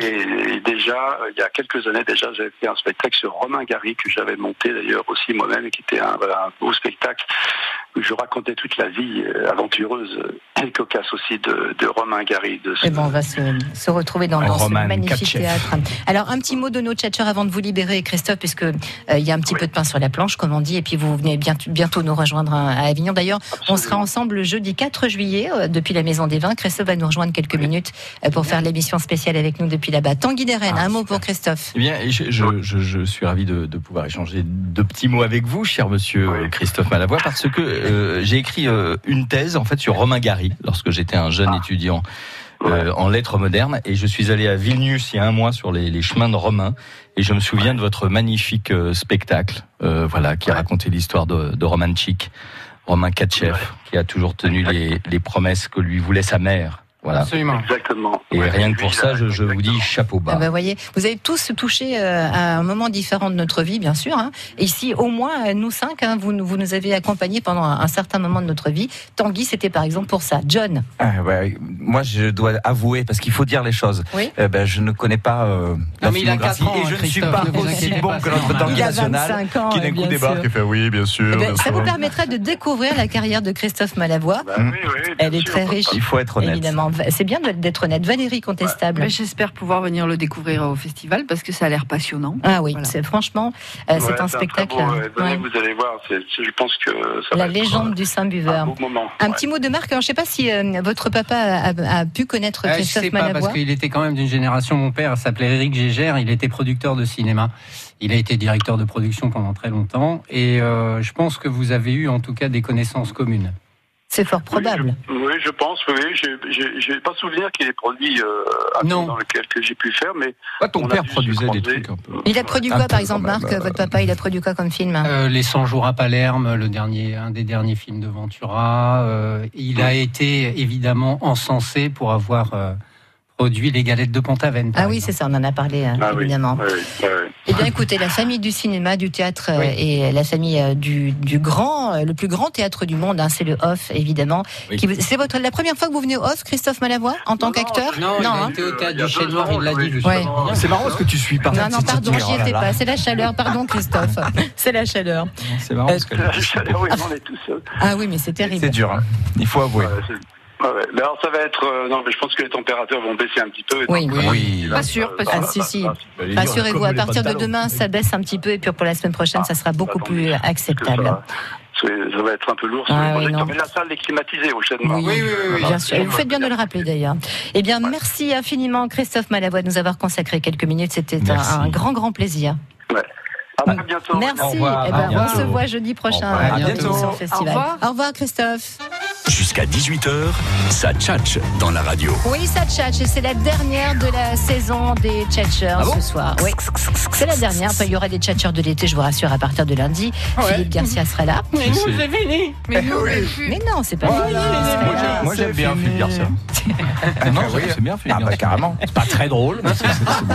Speaker 14: déjà, euh, il y a quelques années déjà, j'avais fait un spectacle sur Romain Gary que j'avais monté d'ailleurs aussi moi-même et qui était un, voilà, un beau spectacle où je racontais toute la vie euh, aventureuse euh, et cocasse aussi de, de Romain Gary. De ce-
Speaker 3: Eh ben, on va se, se retrouver dans,
Speaker 14: Un
Speaker 3: dans ce
Speaker 14: roman,
Speaker 3: magnifique
Speaker 14: Katchev.
Speaker 3: théâtre. Alors, un petit mot de nos tchatchers avant de vous libérer, Christophe, puisque euh, il y a un petit peu de pain sur la planche, comme on dit, et puis vous venez bientôt, bientôt nous rejoindre hein, à à Avignon. D'ailleurs, on sera ensemble le jeudi 4 juillet euh, depuis la Maison des Vins. Christophe va nous rejoindre quelques minutes euh, pour faire l'émission spéciale avec nous depuis là-bas. Tanguy Deren,
Speaker 14: Ah,
Speaker 3: un mot pour Christophe.
Speaker 4: Eh bien, je, je- je- je suis ravi de, de pouvoir échanger deux petits mots avec vous, cher monsieur euh, Christophe Malavoie, parce que euh, j'ai écrit euh, une thèse en fait sur Romain Gary lorsque j'étais un jeune étudiant. euh, en lettres modernes et je suis allé à Vilnius il y a un mois sur les, les chemins de Romain et je me souviens de votre magnifique euh, spectacle euh, voilà qui a raconté l'histoire de, de Roman Chic Romain Katchev qui a toujours tenu les, les promesses que lui voulait sa mère voilà
Speaker 5: Absolument.
Speaker 14: Exactement.
Speaker 4: et rien que pour ça je, je vous dis chapeau bas
Speaker 3: Ah bah, voyez, vous avez tous touché euh, à un moment différent de notre vie, bien sûr. Hein. Et Ici, au moins, euh, nous cinq, hein, vous, nous- vous nous avez accompagnés pendant un, un certain moment de notre vie. Tanguy, c'était par exemple pour ça. John,
Speaker 11: Ah, ouais, moi, je dois avouer, parce qu'il faut dire les choses.
Speaker 3: Oui.
Speaker 11: Euh, ben, je ne connais pas euh, la
Speaker 5: Non, mais il a
Speaker 11: filmographie
Speaker 5: quatre ans,
Speaker 11: et je ne suis
Speaker 5: Christophe,
Speaker 11: pas
Speaker 5: ne vous
Speaker 11: aussi
Speaker 5: inquiétez
Speaker 11: bon
Speaker 5: pas,
Speaker 11: que
Speaker 5: c'est
Speaker 11: notre
Speaker 5: normal.
Speaker 11: Tanguy
Speaker 5: Il a
Speaker 11: National
Speaker 3: 25 ans,
Speaker 11: qui
Speaker 3: ouais,
Speaker 11: d'un coup
Speaker 3: bien
Speaker 11: débarque
Speaker 3: sûr.
Speaker 11: et fait oui, bien sûr.
Speaker 3: Eh ben,
Speaker 11: bien
Speaker 3: ça
Speaker 11: sûr.
Speaker 3: vous permettra de découvrir la carrière de Christophe Malavoie.
Speaker 14: Bah
Speaker 11: Hmm.
Speaker 3: Elle est très riche.
Speaker 11: Il faut être honnête.
Speaker 3: Évidemment, Va- c'est bien de- d'être honnête. Valérie Contestable.
Speaker 6: Mais J'espère pouvoir venir le découvrir au festival parce que ça a l'air passionnant.
Speaker 3: Ah oui, c'est franchement, euh,
Speaker 14: Ouais,
Speaker 3: c'est un
Speaker 14: très
Speaker 3: spectacle. hein.
Speaker 14: beau, euh,
Speaker 3: ouais.
Speaker 14: donnez, Vous allez voir, c'est- c'est- je pense que euh, ça va
Speaker 3: La
Speaker 14: être
Speaker 3: légende du Saint-Buveur.
Speaker 14: un beau moment.
Speaker 3: Un petit mot de Marc. Alors, je ne sais pas si euh, votre papa a, a- a pu connaître
Speaker 5: Ah, je
Speaker 3: Christophe
Speaker 5: sais pas,
Speaker 3: Malavoie.
Speaker 5: parce qu'il était quand même d'une génération. Mon père s'appelait Eric Gégère, il était producteur de cinéma. Il a été directeur de production pendant très longtemps. Et euh, je pense que vous avez eu en tout cas des connaissances communes.
Speaker 3: C'est fort probable.
Speaker 14: Oui, je pense, oui. oui. J'ai- j'ai- j'ai pas souvenir qu'il ait produit euh, un film dans lequel que j'ai pu faire, mais. ton père produisait des trucs
Speaker 4: un peu.
Speaker 3: Il a produit quoi, par exemple, Marc Votre papa, il a produit quoi comme film
Speaker 5: Euh, les 100 jours à Palerme, le dernier, un des derniers films de Ventura. Euh, il a été évidemment encensé pour avoir euh, produit les galettes de Pont-Aven.
Speaker 14: Ah
Speaker 5: Ah
Speaker 3: Ah oui, c'est ça, on en a parlé, euh, évidemment. Eh bien, écoutez, la famille du cinéma, du théâtre euh, et la famille euh, du, du grand, euh, le plus grand théâtre du monde, hein, c'est le Off, évidemment.
Speaker 5: Oui.
Speaker 3: Qui vous- C'est votre la première fois que vous venez au Off, Christophe Malavoie, en tant qu'acteur
Speaker 5: Non, il a
Speaker 3: hein.
Speaker 5: été au théâtre du Chêne Noir, il l'a dit justement.
Speaker 3: Ouais.
Speaker 4: C'est marrant parce que tu suis pas.
Speaker 3: Non, non, pardon, j'y étais pas. C'est
Speaker 4: là.
Speaker 3: la chaleur, pardon, Christophe. C'est la chaleur.
Speaker 11: C'est marrant parce que
Speaker 5: Euh,
Speaker 14: oui, on est tous seuls.
Speaker 3: Ah oui, mais c'est terrible.
Speaker 11: c'est dur. hein. Il faut avouer.
Speaker 14: Ouais, ouais. Mais alors ça va être euh, non mais je pense que les températures vont baisser un petit peu.
Speaker 3: Oui,
Speaker 14: Donc,
Speaker 3: oui.
Speaker 14: euh,
Speaker 3: Pas sûr, pas sûr. Ah, si, si.
Speaker 14: bah,
Speaker 3: Rassurez-vous, à
Speaker 14: comme les
Speaker 3: partir de
Speaker 14: pantalons.
Speaker 3: demain, ça baisse un petit peu, et puis pour la semaine
Speaker 5: Ah,
Speaker 3: prochaine, ça sera beaucoup plus acceptable.
Speaker 14: C'est- Ça va être un peu lourd.
Speaker 3: Ah,
Speaker 14: sur le
Speaker 3: oui,
Speaker 14: projecteur.
Speaker 3: non.
Speaker 14: mais la salle est climatisée au Ah, chêne noir.
Speaker 3: Bien sûr. Et vous faites bien de le rappeler d'ailleurs. Eh bien, merci infiniment Christophe Malavoie de nous avoir consacré quelques minutes. C'était un,
Speaker 14: Merci.
Speaker 3: un grand, grand plaisir.
Speaker 2: Ah,
Speaker 14: À
Speaker 2: bah,
Speaker 14: très bientôt.
Speaker 3: Merci.
Speaker 14: Au revoir.
Speaker 3: Eh
Speaker 14: À
Speaker 3: ben, on
Speaker 14: bientôt.
Speaker 3: se voit jeudi prochain
Speaker 1: revoir. À
Speaker 3: euh,
Speaker 1: bientôt.
Speaker 3: sur le festival.
Speaker 1: Au revoir.
Speaker 3: Au revoir Christophe.
Speaker 1: Jusqu'à 18h, ça tchatche dans la radio.
Speaker 3: Oui, ça tchatche. et C'est la dernière de la saison des tchatchers
Speaker 1: Ah bon
Speaker 3: ce soir. Oui. C'est la dernière. Enfin, il y aura des tchatchers de l'été, je vous rassure, à partir de lundi. Philippe Garcia sera là.
Speaker 8: Mais nous, c'est fini. Mais nous, on veut plus.
Speaker 3: Mais non, c'est pas
Speaker 8: Voilà,
Speaker 3: fini.
Speaker 8: c'est
Speaker 3: Il sera
Speaker 8: moi,
Speaker 3: là.
Speaker 4: Moi j'aime bien Philippe Garcia. Ah non, c'est bien Philippe Garcia.
Speaker 11: carrément.
Speaker 4: C'est pas très drôle, mais c'est- c'est- c'est bon.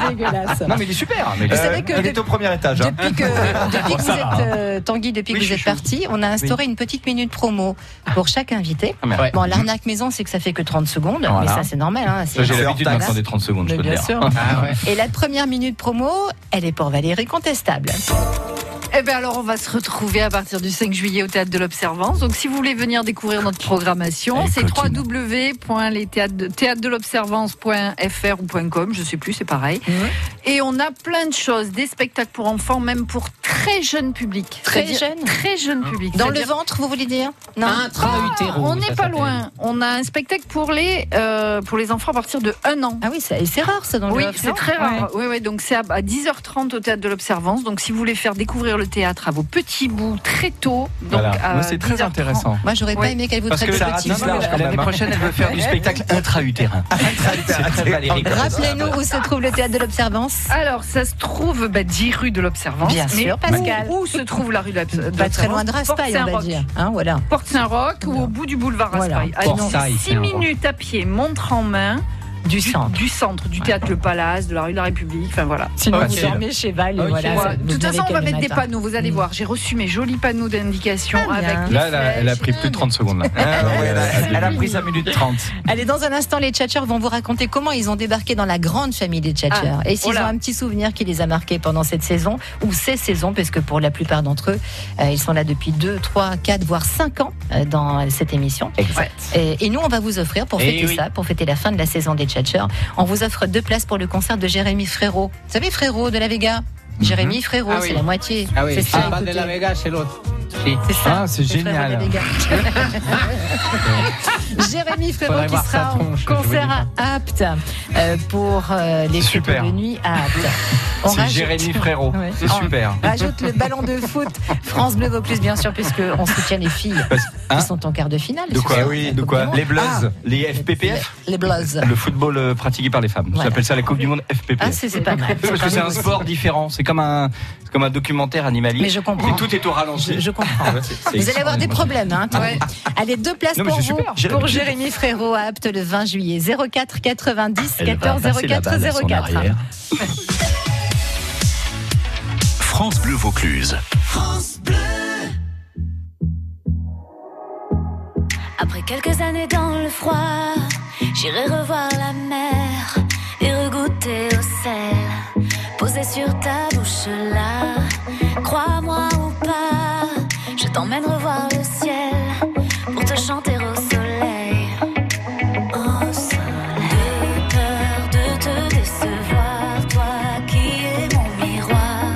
Speaker 3: C'est dégueulasse.
Speaker 11: Non, mais il est super.
Speaker 4: mais il est-
Speaker 11: Euh,
Speaker 4: savez que
Speaker 11: il est au premier étage. hein.
Speaker 3: Depuis que,
Speaker 4: Ah,
Speaker 3: depuis que vous
Speaker 11: Ça va,
Speaker 3: êtes,
Speaker 11: hein.
Speaker 3: euh, Tanguy, depuis que vous êtes parti, on a instauré une petite minute promo pour chaque invité.
Speaker 4: Ah, merde.
Speaker 3: Bon, l'arnaque maison, c'est que ça fait que 30 secondes, mais
Speaker 4: Voilà.
Speaker 3: ça c'est normal. hein, c'est-
Speaker 4: J'ai l'habitude
Speaker 3: Voilà.
Speaker 4: maintenant des 30 secondes, je
Speaker 3: Mais
Speaker 4: peux te
Speaker 3: bien
Speaker 4: dire.
Speaker 3: sûr.
Speaker 4: Ah,
Speaker 3: Et la première minute promo, elle est pour Valérie Contestable.
Speaker 6: Eh bien alors on va se retrouver à partir du 5 juillet au Théâtre de l'Observance. Donc si vous voulez venir découvrir notre programmation, c'est www.théâtre-de-l'observance.fr ou .com, je sais plus, c'est pareil. Et on a plein de choses, des spectacles pour enfants, même pour très jeune public.
Speaker 3: Très
Speaker 6: C'est-à-dire
Speaker 3: jeune
Speaker 6: Très
Speaker 4: Hein.
Speaker 6: jeune public.
Speaker 3: Dans le
Speaker 6: C'est-à-dire-
Speaker 3: ventre, vous voulez dire Non.
Speaker 6: Ah, on n'est pas loin. On a un spectacle pour les, euh, pour les enfants à partir de 1 an.
Speaker 3: Ah oui, c'est c'est rare ça dans le
Speaker 6: Oui,
Speaker 3: Havre,
Speaker 6: c'est
Speaker 3: non
Speaker 6: très rare. Oui, oui, donc c'est à, à 10h30 au théâtre de l'Observance. Donc si vous voulez faire découvrir le théâtre à vos petits bouts très tôt, donc à
Speaker 4: Moi, c'est très
Speaker 6: 10h30.
Speaker 4: intéressant.
Speaker 3: Moi, j'aurais pas
Speaker 6: Oui.
Speaker 3: aimé qu'elle vous
Speaker 4: Parce
Speaker 3: traite
Speaker 4: que
Speaker 3: de
Speaker 4: ça
Speaker 3: petit.
Speaker 4: ratisse large, quand même, hein. intra-utérin. C'est très Valérie comme ça.
Speaker 3: Rappelez-nous où se trouve le théâtre de l'Observance.
Speaker 6: Alors, ça se trouve bah, 10 rue de l'Observance.
Speaker 3: Bien
Speaker 6: mais
Speaker 3: sûr, Pascal.
Speaker 6: Où, où se trouve la rue de l'Obs- de l'Observance
Speaker 3: Pas très loin de
Speaker 6: Porte
Speaker 3: Raspail, on va
Speaker 6: Saint-Roch.
Speaker 3: dire. Hein, voilà.
Speaker 6: Porte Saint-Roch ou au bout du boulevard
Speaker 3: Voilà.
Speaker 6: Raspail.
Speaker 3: Porte
Speaker 6: Allez,
Speaker 3: Saint-Roch.
Speaker 6: six minutes à pied, montre en main.
Speaker 3: Du, centre.
Speaker 6: Du centre, du théâtre Le Palace, de la rue de la République, enfin voilà.
Speaker 3: Sinon, vous dormez chez Val. et
Speaker 6: Ok.
Speaker 3: voilà,
Speaker 6: Voilà.
Speaker 3: ça- vous
Speaker 6: De toute
Speaker 3: verrez
Speaker 6: façon, on va
Speaker 3: quel
Speaker 6: mettre des
Speaker 3: matin. Mm. Ah,
Speaker 6: panneaux, vous allez voir. J'ai reçu mes jolis panneaux d'indication avec les
Speaker 4: Là, elle a, elle a
Speaker 6: flèches.
Speaker 4: pris plus de 30 secondes. Là. Ah, elle, a, pris 5 minutes 30.
Speaker 3: Allez, dans un instant, les tchatcheurs vont vous raconter comment ils ont débarqué dans la grande famille des tchatcheurs.
Speaker 6: Ah,
Speaker 3: et s'ils
Speaker 6: oh là.
Speaker 3: ont un petit souvenir qui les a marqués pendant cette saison, ou ces saisons, parce que pour la plupart d'entre eux, euh, ils sont là depuis 2, 3, 4, voire 5 ans euh, dans cette émission.
Speaker 11: Exact.
Speaker 3: Et, et nous, on va vous offrir, pour
Speaker 11: Eh
Speaker 3: fêter
Speaker 11: oui.
Speaker 3: ça, pour fêter la fin de la saison des tchatcheurs, on vous offre deux places pour le concert de Jérémy Frérot. Vous savez, Frérot de la Vega Jérémy Frérot,
Speaker 5: Ah oui.
Speaker 3: c'est la moitié.
Speaker 5: Ah oui,
Speaker 3: C'est ça,
Speaker 5: c'est pas de
Speaker 3: écoutez.
Speaker 5: la Vega, c'est l'autre.
Speaker 3: C'est ça.
Speaker 5: Ah, c'est
Speaker 3: Les Frérots de la
Speaker 5: génial.
Speaker 3: Vega. Jérémy Frérot
Speaker 5: Faudrait
Speaker 3: qui
Speaker 5: voir sa
Speaker 3: sera en
Speaker 5: tronche, je vous
Speaker 3: concert à Apt euh, pour euh, les fêtes
Speaker 4: Super.
Speaker 3: de nuit à Apt. On
Speaker 4: C'est
Speaker 3: rajoute-
Speaker 4: Jérémy Frérot.
Speaker 3: Ouais.
Speaker 4: C'est
Speaker 3: On
Speaker 4: super.
Speaker 3: Rajoute le ballon de foot France Bleu Vaucluse bien sûr puisque on soutient les filles qui sont en quart de finale.
Speaker 4: De
Speaker 3: ce
Speaker 4: quoi
Speaker 3: soir.
Speaker 4: Eh Oui, de quoi Les Bloods, les FPPF
Speaker 3: Les Bloods.
Speaker 4: Le football euh, pratiqué par les femmes.
Speaker 3: Voilà.
Speaker 4: On appelle ça la Coupe du Monde FPPF.
Speaker 3: Ah, c'est- c'est pas mal.
Speaker 4: Oui, Parce
Speaker 3: C'est pas
Speaker 4: que c'est un
Speaker 3: nouveau,
Speaker 4: sport
Speaker 3: ça.
Speaker 4: différent. C'est comme un, c'est comme un documentaire animalier.
Speaker 3: Mais je comprends.
Speaker 4: Et tout est au ralenti. Ah,
Speaker 3: Je- je comprends. Vous allez avoir des problèmes, hein, Tanguy. Allez, deux places
Speaker 4: Non, mais
Speaker 3: pour
Speaker 4: c'est
Speaker 3: vous,
Speaker 4: super, Jérémy.
Speaker 3: pour Jérémy Frérot à Apt le 20 juillet. 04 90
Speaker 1: Elle va
Speaker 3: 14
Speaker 1: passer la
Speaker 3: 04
Speaker 1: balle à son
Speaker 3: 04.
Speaker 1: arrière. France Bleu Vaucluse.
Speaker 15: Après quelques années dans le froid, j'irai revoir la mer et regoûter au sel posé sur ta bouche là. Crois-moi ou pas, je t'emmène revoir le ciel pour te chanter au soleil. Oh, Au soleil. De peur de te décevoir, toi qui es mon miroir,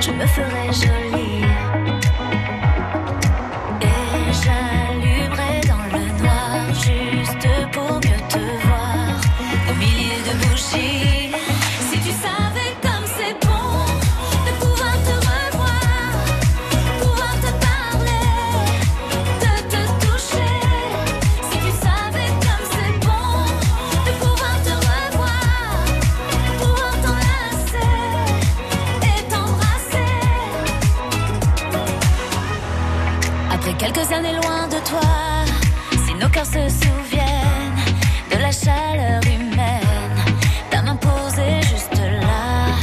Speaker 15: je me ferai jolie. Et j'allumerai dans le noir juste pour mieux te voir au milieu de bougies. Si tu savais comme c'est bon de pouvoir te revoir, pouvoir te parler, de te toucher. Si tu savais comme c'est bon de pouvoir te revoir, pouvoir t'enlacer et t'embrasser. Après quelques années loin de toi, si nos cœurs se souviennent de la chaleur humaine, ta main posée juste là,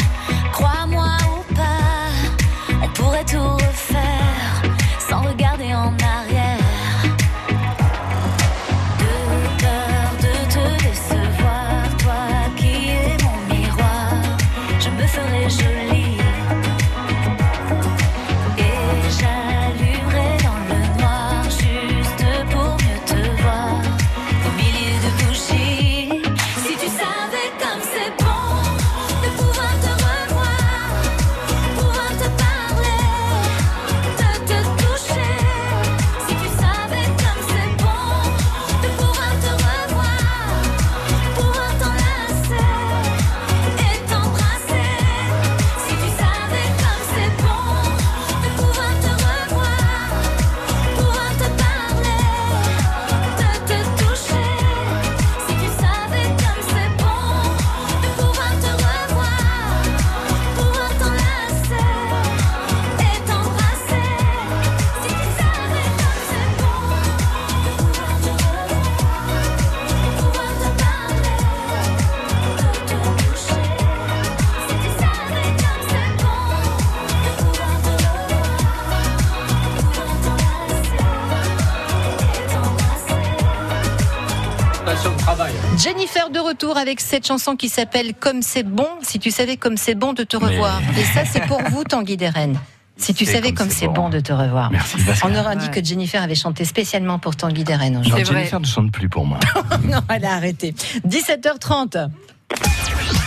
Speaker 3: Jennifer de retour avec cette chanson qui s'appelle Comme c'est bon, si tu savais comme c'est bon de te revoir. Et ça, c'est pour vous, Tanguy Deren. Si tu
Speaker 4: C'est
Speaker 3: savais
Speaker 4: comme
Speaker 3: comme
Speaker 4: c'est
Speaker 3: c'est
Speaker 4: bon.
Speaker 3: bon de te revoir.
Speaker 4: Merci,
Speaker 3: On
Speaker 4: Pascal.
Speaker 3: aurait dit que Jennifer avait chanté spécialement pour Tanguy Deren
Speaker 4: Non,
Speaker 3: aujourd'hui.
Speaker 4: Jennifer ne chante plus pour moi.
Speaker 3: non, elle a arrêté. 17h30.